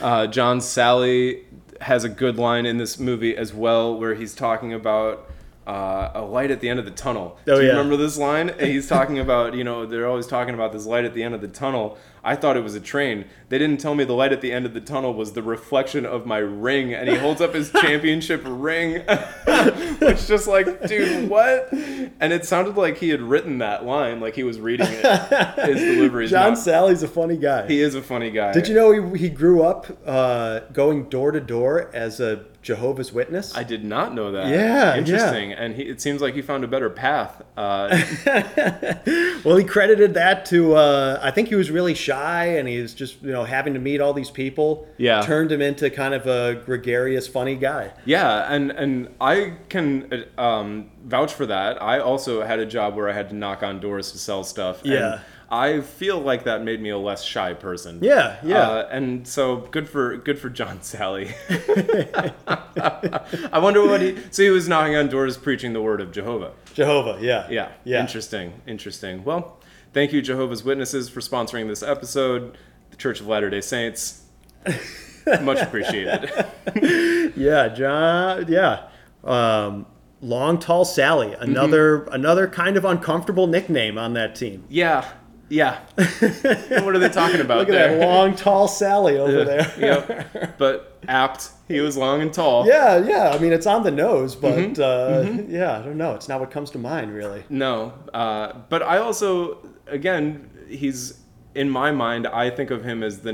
Speaker 7: Uh, John Sally has a good line in this movie as well, where he's talking about uh, a light at the end of the tunnel.
Speaker 6: Oh,
Speaker 7: Do you
Speaker 6: yeah.
Speaker 7: remember this line? And He's talking about, you know, they're always talking about this light at the end of the tunnel. I thought it was a train. They didn't tell me the light at the end of the tunnel was the reflection of my ring. And he holds
Speaker 6: (laughs)
Speaker 7: up his championship ring, (laughs) which is just like, dude, what? And it sounded like he had written that line, like he was reading it.
Speaker 6: (laughs)
Speaker 7: His delivery is
Speaker 6: John
Speaker 7: not-
Speaker 6: Sally's a funny guy.
Speaker 7: he is a funny guy.
Speaker 6: Did you know he, he grew up uh, going door to door as a Jehovah's Witness?
Speaker 7: I did not know that.
Speaker 6: Yeah, yeah.
Speaker 7: interesting. And he, it seems like he found a better path. Uh,
Speaker 6: (laughs) Well, he credited that to uh, I think he was really shy and he was just you know having to meet all these people.
Speaker 7: Yeah.
Speaker 6: turned him into kind of a gregarious, funny guy.
Speaker 7: yeah, and and I can uh, um, vouch for that. I also had a job where I had to knock on doors to sell stuff. and
Speaker 6: Yeah.
Speaker 7: I feel like that made me a less shy person.
Speaker 6: Yeah, yeah.
Speaker 7: Uh, and so good for good for John Sally.
Speaker 6: (laughs)
Speaker 7: I wonder what he. So he was knocking on doors, preaching the word of Jehovah.
Speaker 6: Jehovah, yeah,
Speaker 7: Yeah.
Speaker 6: yeah.
Speaker 7: Interesting. Interesting. Well, thank you, Jehovah's Witnesses, for sponsoring this episode. The Church of Latter day Saints. Much appreciated.
Speaker 6: (laughs) Yeah, John. Yeah, um, long, tall Sally.
Speaker 7: Mm-hmm.
Speaker 6: Another another kind of uncomfortable nickname on that team.
Speaker 7: yeah. Yeah. what are they talking about
Speaker 6: Look at
Speaker 7: there?
Speaker 6: that long, tall
Speaker 7: (laughs)
Speaker 6: Sally over there.
Speaker 7: yep. But apt. He was long and tall.
Speaker 6: Yeah, yeah. I mean, it's on the nose, but
Speaker 7: Mm-hmm.
Speaker 6: uh, yeah, I don't know. It's not what comes to mind, really.
Speaker 7: No. Uh, but I also, again, he's. In my mind, I think of him as the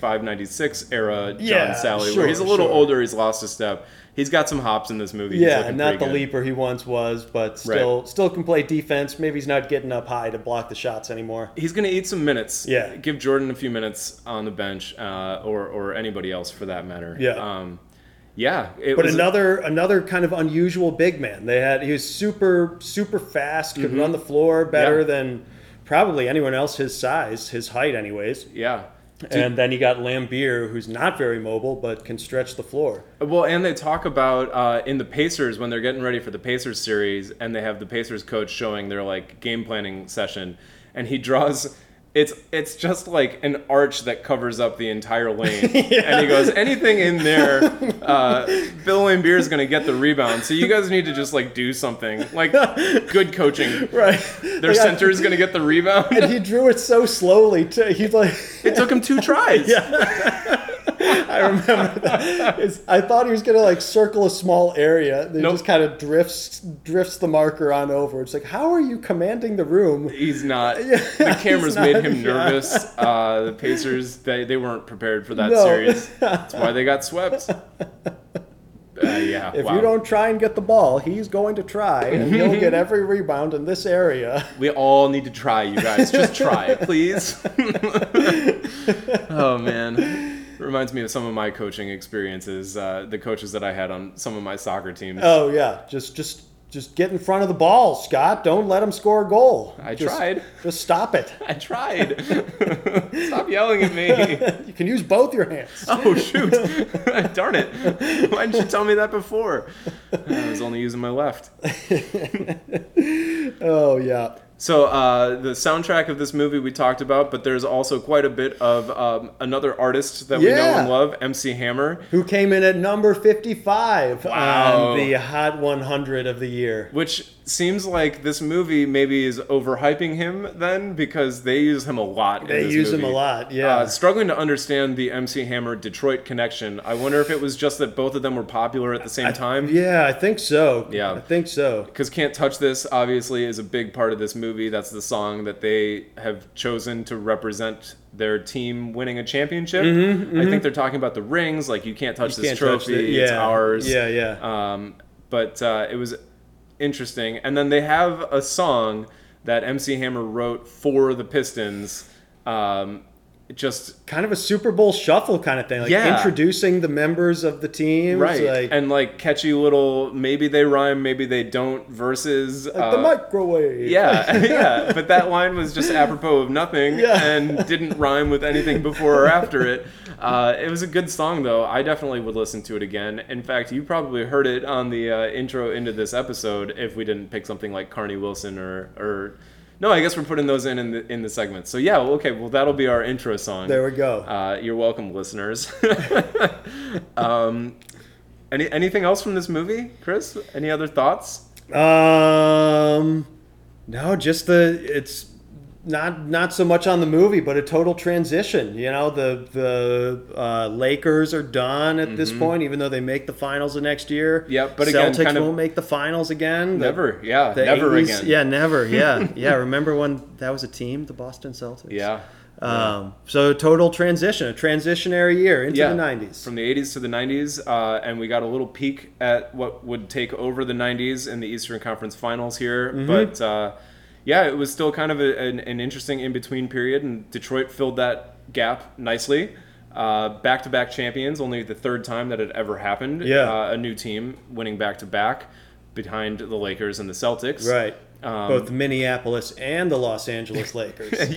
Speaker 7: 1995-96 era John
Speaker 6: Yeah,
Speaker 7: Sally,
Speaker 6: sure,
Speaker 7: where he's a little
Speaker 6: sure.
Speaker 7: older, he's lost a step. He's got some hops in this movie. He's
Speaker 6: Yeah,
Speaker 7: looking
Speaker 6: not the
Speaker 7: pretty good.
Speaker 6: leaper he once was, but still still can play defense. Maybe he's not getting up high to block the shots anymore.
Speaker 7: he's going to eat some minutes.
Speaker 6: Yeah.
Speaker 7: Give Jordan a few minutes on the bench, uh, or or anybody else for that matter.
Speaker 6: Yeah.
Speaker 7: Um, yeah. It
Speaker 6: But
Speaker 7: was-
Speaker 6: another another kind of unusual big man. They had he was super super fast, could run the floor better
Speaker 7: Mm-hmm. Yeah.
Speaker 6: than probably anyone else his size, his height anyways.
Speaker 7: Yeah.
Speaker 6: And then you got Lambier, who's not very mobile but can stretch the floor.
Speaker 7: Well, and they talk about uh, in the Pacers when they're getting ready for the Pacers series, and they have the Pacers coach showing their like game planning session, and he draws. It's it's just like an arch that covers up the entire (laughs) lane, and he goes anything in there. Uh, Bill Lambier is going to get the rebound, so you guys need to just like do something like good coaching.
Speaker 6: (laughs) Right.
Speaker 7: Their (laughs) center is going to get the rebound.
Speaker 6: And (laughs) he drew it so slowly too. He's like
Speaker 7: (laughs) It took him two tries.
Speaker 6: I remember that. It's- I thought he was gonna like circle a small area. Then he
Speaker 7: Nope.
Speaker 6: just kind of drifts drifts the marker on over. It's like, how are you commanding the room?
Speaker 7: He's not.
Speaker 6: (laughs)
Speaker 7: The cameras
Speaker 6: he's not,
Speaker 7: made him
Speaker 6: yeah.
Speaker 7: nervous. Uh, the Pacers, they, they weren't prepared for that
Speaker 6: No. (laughs)
Speaker 7: series. That's why they got swept. Uh, yeah.
Speaker 6: If
Speaker 7: wow.
Speaker 6: you don't try and get the ball, he's going to try, and
Speaker 7: (laughs)
Speaker 6: he'll get every rebound in this area.
Speaker 7: We all need to try, you guys. Just try,
Speaker 6: (laughs)
Speaker 7: please. (laughs) oh man, reminds me of some of my coaching experiences. Uh, the coaches that I had on some of my soccer teams.
Speaker 6: Oh yeah, just just just get in front of the ball, Scott. Don't let him score a goal.
Speaker 7: I
Speaker 6: Just-
Speaker 7: tried.
Speaker 6: Just stop it.
Speaker 7: I tried. (laughs) Stop yelling at me.
Speaker 6: (laughs) You can use both
Speaker 7: (laughs)
Speaker 6: your hands.
Speaker 7: Oh shoot! Darn it! Why didn't you tell me that before? I was only using my left.
Speaker 6: (laughs) Oh yeah.
Speaker 7: So uh, the soundtrack of this movie we talked about, but there's also quite a bit of um, another artist that we know
Speaker 6: Yeah.
Speaker 7: and love, MC Hammer,
Speaker 6: Who came in at number 55
Speaker 7: Wow.
Speaker 6: on the Hot 100 of the year?
Speaker 7: which seems like this movie maybe is overhyping him then because they use him a lot.
Speaker 6: They
Speaker 7: in this
Speaker 6: use him
Speaker 7: movie.
Speaker 6: a lot, yeah.
Speaker 7: Uh, struggling to understand the MC Hammer Detroit connection. I wonder if it was just that both of them were popular at the same time.
Speaker 6: Yeah, I think so.
Speaker 7: Yeah.
Speaker 6: I think so.
Speaker 7: Because Can't Touch This obviously is a big part of this movie. That's the song that they have chosen to represent their team winning a championship. I think they're talking about the rings, like you can't touch this
Speaker 6: Mm-hmm, can't touch
Speaker 7: trophy,
Speaker 6: the-
Speaker 7: it's
Speaker 6: yeah,
Speaker 7: ours.
Speaker 6: yeah, yeah.
Speaker 7: Um, but uh, it was interesting. And then they have a song that MC Hammer wrote for the Pistons. Um, it just
Speaker 6: Kind of a Super Bowl shuffle kind of thing, like
Speaker 7: Yeah.
Speaker 6: introducing the members of the team,
Speaker 7: right
Speaker 6: Like,
Speaker 7: and like catchy little maybe they rhyme maybe they don't verses uh,
Speaker 6: like the microwave. (laughs)
Speaker 7: Yeah, (laughs) yeah. But that line was just apropos of nothing
Speaker 6: Yeah.
Speaker 7: and didn't rhyme with anything before or after it. Uh, it was a good song, though. I definitely would listen to it again. In fact, you probably heard it on the uh, intro into this episode if we didn't pick something like Carney Wilson or. or no, I guess we're putting those in in the, in the segment. So yeah, okay, well that'll be our intro song.
Speaker 6: There we go.
Speaker 7: Uh, you're welcome, listeners. (laughs) um, any anything else from this movie, Chris? Any other thoughts?
Speaker 6: Um, no, just the it's not not so much on the movie, but a total transition. You know, the the uh, Lakers are done at this point, even though they make the finals the next year.
Speaker 7: Yep, Mm-hmm. but again,
Speaker 6: Celtics
Speaker 7: kind of-
Speaker 6: won't make the finals again. The-
Speaker 7: Never, yeah,
Speaker 6: the
Speaker 7: never
Speaker 6: 80s
Speaker 7: again.
Speaker 6: Yeah,
Speaker 7: (laughs)
Speaker 6: never. Yeah, yeah. Remember when that was a team, the Boston Celtics?
Speaker 7: Yeah.
Speaker 6: Um, so total transition, a transitionary year into the '90s.
Speaker 7: From the 80s to the 90s, uh, and we got a little peek at what would take over the 90s in the Eastern Conference Finals here.
Speaker 6: Mm-hmm.
Speaker 7: But uh, yeah, it was still kind of a, an, an interesting in between period, and Detroit filled that gap nicely. Back to back champions, only the third time that had ever happened.
Speaker 6: Yeah.
Speaker 7: Uh, a new team winning back to back behind the Lakers and the Celtics.
Speaker 6: right.
Speaker 7: Um,
Speaker 6: Both Minneapolis and the Los
Speaker 7: (laughs)
Speaker 6: Angeles Lakers.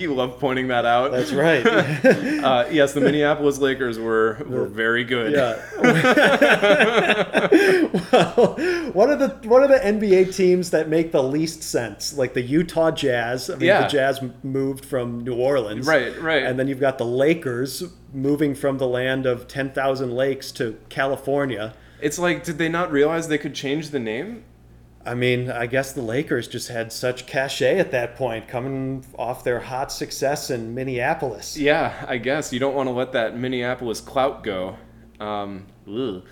Speaker 7: (laughs) you love pointing that out. (laughs)
Speaker 6: That's right.
Speaker 7: Uh, yes, the Minneapolis Lakers were were very good.
Speaker 6: Yeah. (laughs) well, what are the what are the NBA teams that make the least sense? Like the Utah Jazz. I mean,
Speaker 7: Yeah.
Speaker 6: the Jazz m- moved from New Orleans.
Speaker 7: Right, right.
Speaker 6: And then you've got the Lakers moving from the land of ten thousand lakes to California.
Speaker 7: It's like, did they not realize they could change the name?
Speaker 6: I mean, I guess the Lakers just had such cachet at that point, coming off their hot success in Minneapolis.
Speaker 7: Yeah, I guess you don't want to let that Minneapolis clout go. Um,
Speaker 6: (laughs)
Speaker 7: ugh.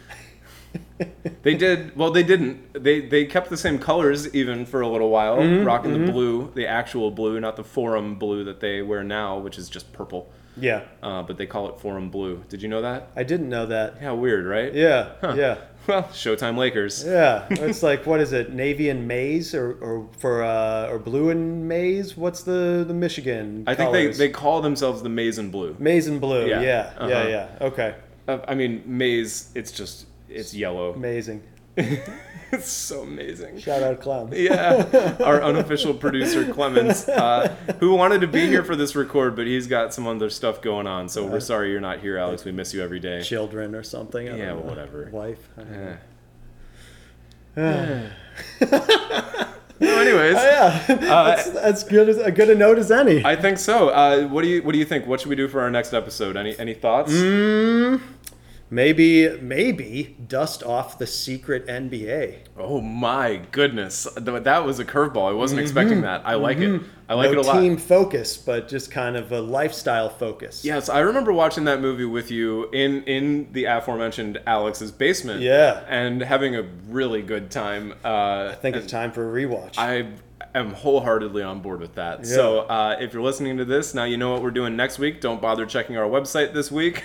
Speaker 7: they did well. They didn't. They they kept the same colors even for a little while,
Speaker 6: Mm-hmm,
Speaker 7: rocking the blue, the actual blue, not the forum blue that they wear now, which is just purple.
Speaker 6: Yeah.
Speaker 7: Uh, but they call it forum blue. Did you know that?
Speaker 6: I didn't know that.
Speaker 7: Yeah, weird, right?
Speaker 6: Yeah. Yeah.
Speaker 7: Well, Showtime Lakers.
Speaker 6: Yeah, it's like what is it, navy and maize, or, or for uh, or blue and maize? What's the the Michigan?
Speaker 7: I think they,
Speaker 6: colors?
Speaker 7: they call themselves the Maize and Blue.
Speaker 6: maize and blue.
Speaker 7: Yeah,
Speaker 6: Yeah, yeah,
Speaker 7: uh-huh.
Speaker 6: yeah, Okay,
Speaker 7: Uh, I mean, maize. It's just it's yellow.
Speaker 6: amazing.
Speaker 7: (laughs) It's so amazing.
Speaker 6: Shout out clown.
Speaker 7: Yeah, our unofficial producer Clemens, uh, who wanted to be here for this record, but he's got some other stuff going on. So we're sorry you're not here, Alex. We miss you every day.
Speaker 6: Children or something. I don't
Speaker 7: Yeah,
Speaker 6: know.
Speaker 7: whatever.
Speaker 6: Wife. I don't know.
Speaker 7: Eh. (laughs) well, anyways,
Speaker 6: (laughs) Yeah,
Speaker 7: Uh,
Speaker 6: that's, that's good as a good a note as any.
Speaker 7: I think so. Uh, what do you What do you think? What should we do for our next episode? Any Any thoughts?
Speaker 6: Mm-hmm. maybe maybe dust off the secret NBA.
Speaker 7: Oh my goodness, Th- that was a curveball. I wasn't expecting that. I like it. I like
Speaker 6: Mm-hmm. no
Speaker 7: it a lot.
Speaker 6: team focus, but just kind of a lifestyle focus.
Speaker 7: Yes, I remember watching that movie with you in in the aforementioned Alex's basement.
Speaker 6: Yeah.
Speaker 7: and having a really good time. Uh,
Speaker 6: I think it's time for a rewatch.
Speaker 7: I am wholeheartedly on board with that. So uh, if you're listening to this now, you know what we're doing next week. Don't bother checking our website this week,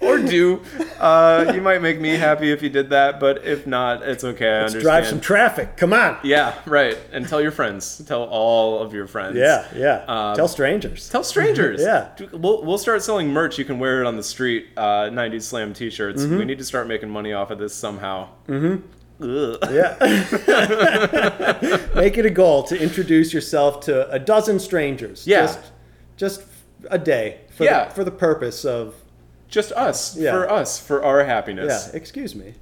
Speaker 7: (laughs) or do. Uh, you might make me happy if you did that, but if not, it's okay. I
Speaker 6: Let's
Speaker 7: understand.
Speaker 6: drive some traffic. Come on.
Speaker 7: yeah, right. And tell your friends. Tell all of your friends.
Speaker 6: Yeah, yeah.
Speaker 7: Um,
Speaker 6: Tell strangers.
Speaker 7: Tell strangers.
Speaker 6: Mm-hmm. Yeah.
Speaker 7: We'll, we'll start selling merch. You can wear it on the street, uh, 90s Slam t shirts.
Speaker 6: Mm-hmm.
Speaker 7: We need to start making money off of this somehow. Mm hmm.
Speaker 6: yeah. (laughs) Make it a goal to introduce yourself to a dozen strangers.
Speaker 7: Yeah.
Speaker 6: Just, just a day. For
Speaker 7: Yeah.
Speaker 6: The, for the purpose of.
Speaker 7: Just us.
Speaker 6: Yeah.
Speaker 7: For us. For our
Speaker 6: Yeah.
Speaker 7: happiness.
Speaker 6: Excuse me.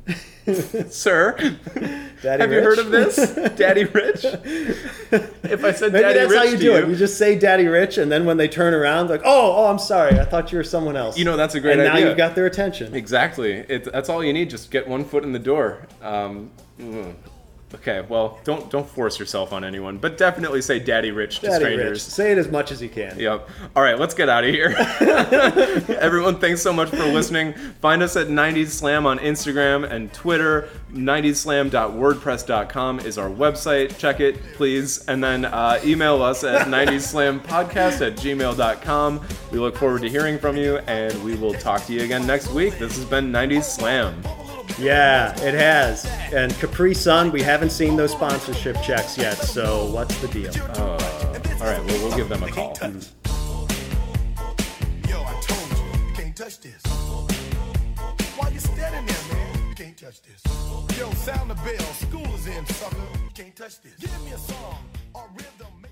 Speaker 7: Sir,
Speaker 6: Daddy
Speaker 7: (laughs) have you
Speaker 6: Rich?
Speaker 7: heard of this? Daddy
Speaker 6: (laughs)
Speaker 7: Rich? if I said
Speaker 6: Maybe
Speaker 7: Daddy
Speaker 6: that's
Speaker 7: Rich
Speaker 6: how you
Speaker 7: to
Speaker 6: do it. You just say "Daddy Rich," and then when they turn around, like, "Oh, oh, I'm sorry. I thought you were someone else."
Speaker 7: You know, that's a great
Speaker 6: And now
Speaker 7: idea.
Speaker 6: you've got their attention.
Speaker 7: Exactly. It, that's all you need. Just get one foot in the door. Um, Okay, well, don't don't force yourself on anyone, but definitely say "Daddy Rich" to
Speaker 6: Daddy Rich,
Speaker 7: strangers.
Speaker 6: say it as much as you can.
Speaker 7: Yep. All right, let's get out of here. (laughs) Everyone, thanks so much for listening. Find us at 90s Slam on Instagram and Twitter. 90slam.wordpress.com is our website. Check it, please. And then uh, email us at 90slampodcast at gmail.com. We look forward to hearing from you, and we will talk to you again next week. This has been 90s Slam.
Speaker 6: Yeah, it has. And Capri Sun, we haven't seen those sponsorship checks yet, so what's the deal?
Speaker 7: All right, well, we'll give them a call.
Speaker 2: Yo, I told you, you can't touch this. Why you standing there, man? You can't touch this. Yo, sound the bell. School is in, sucker. You can't touch this. Give me a song or rhythm.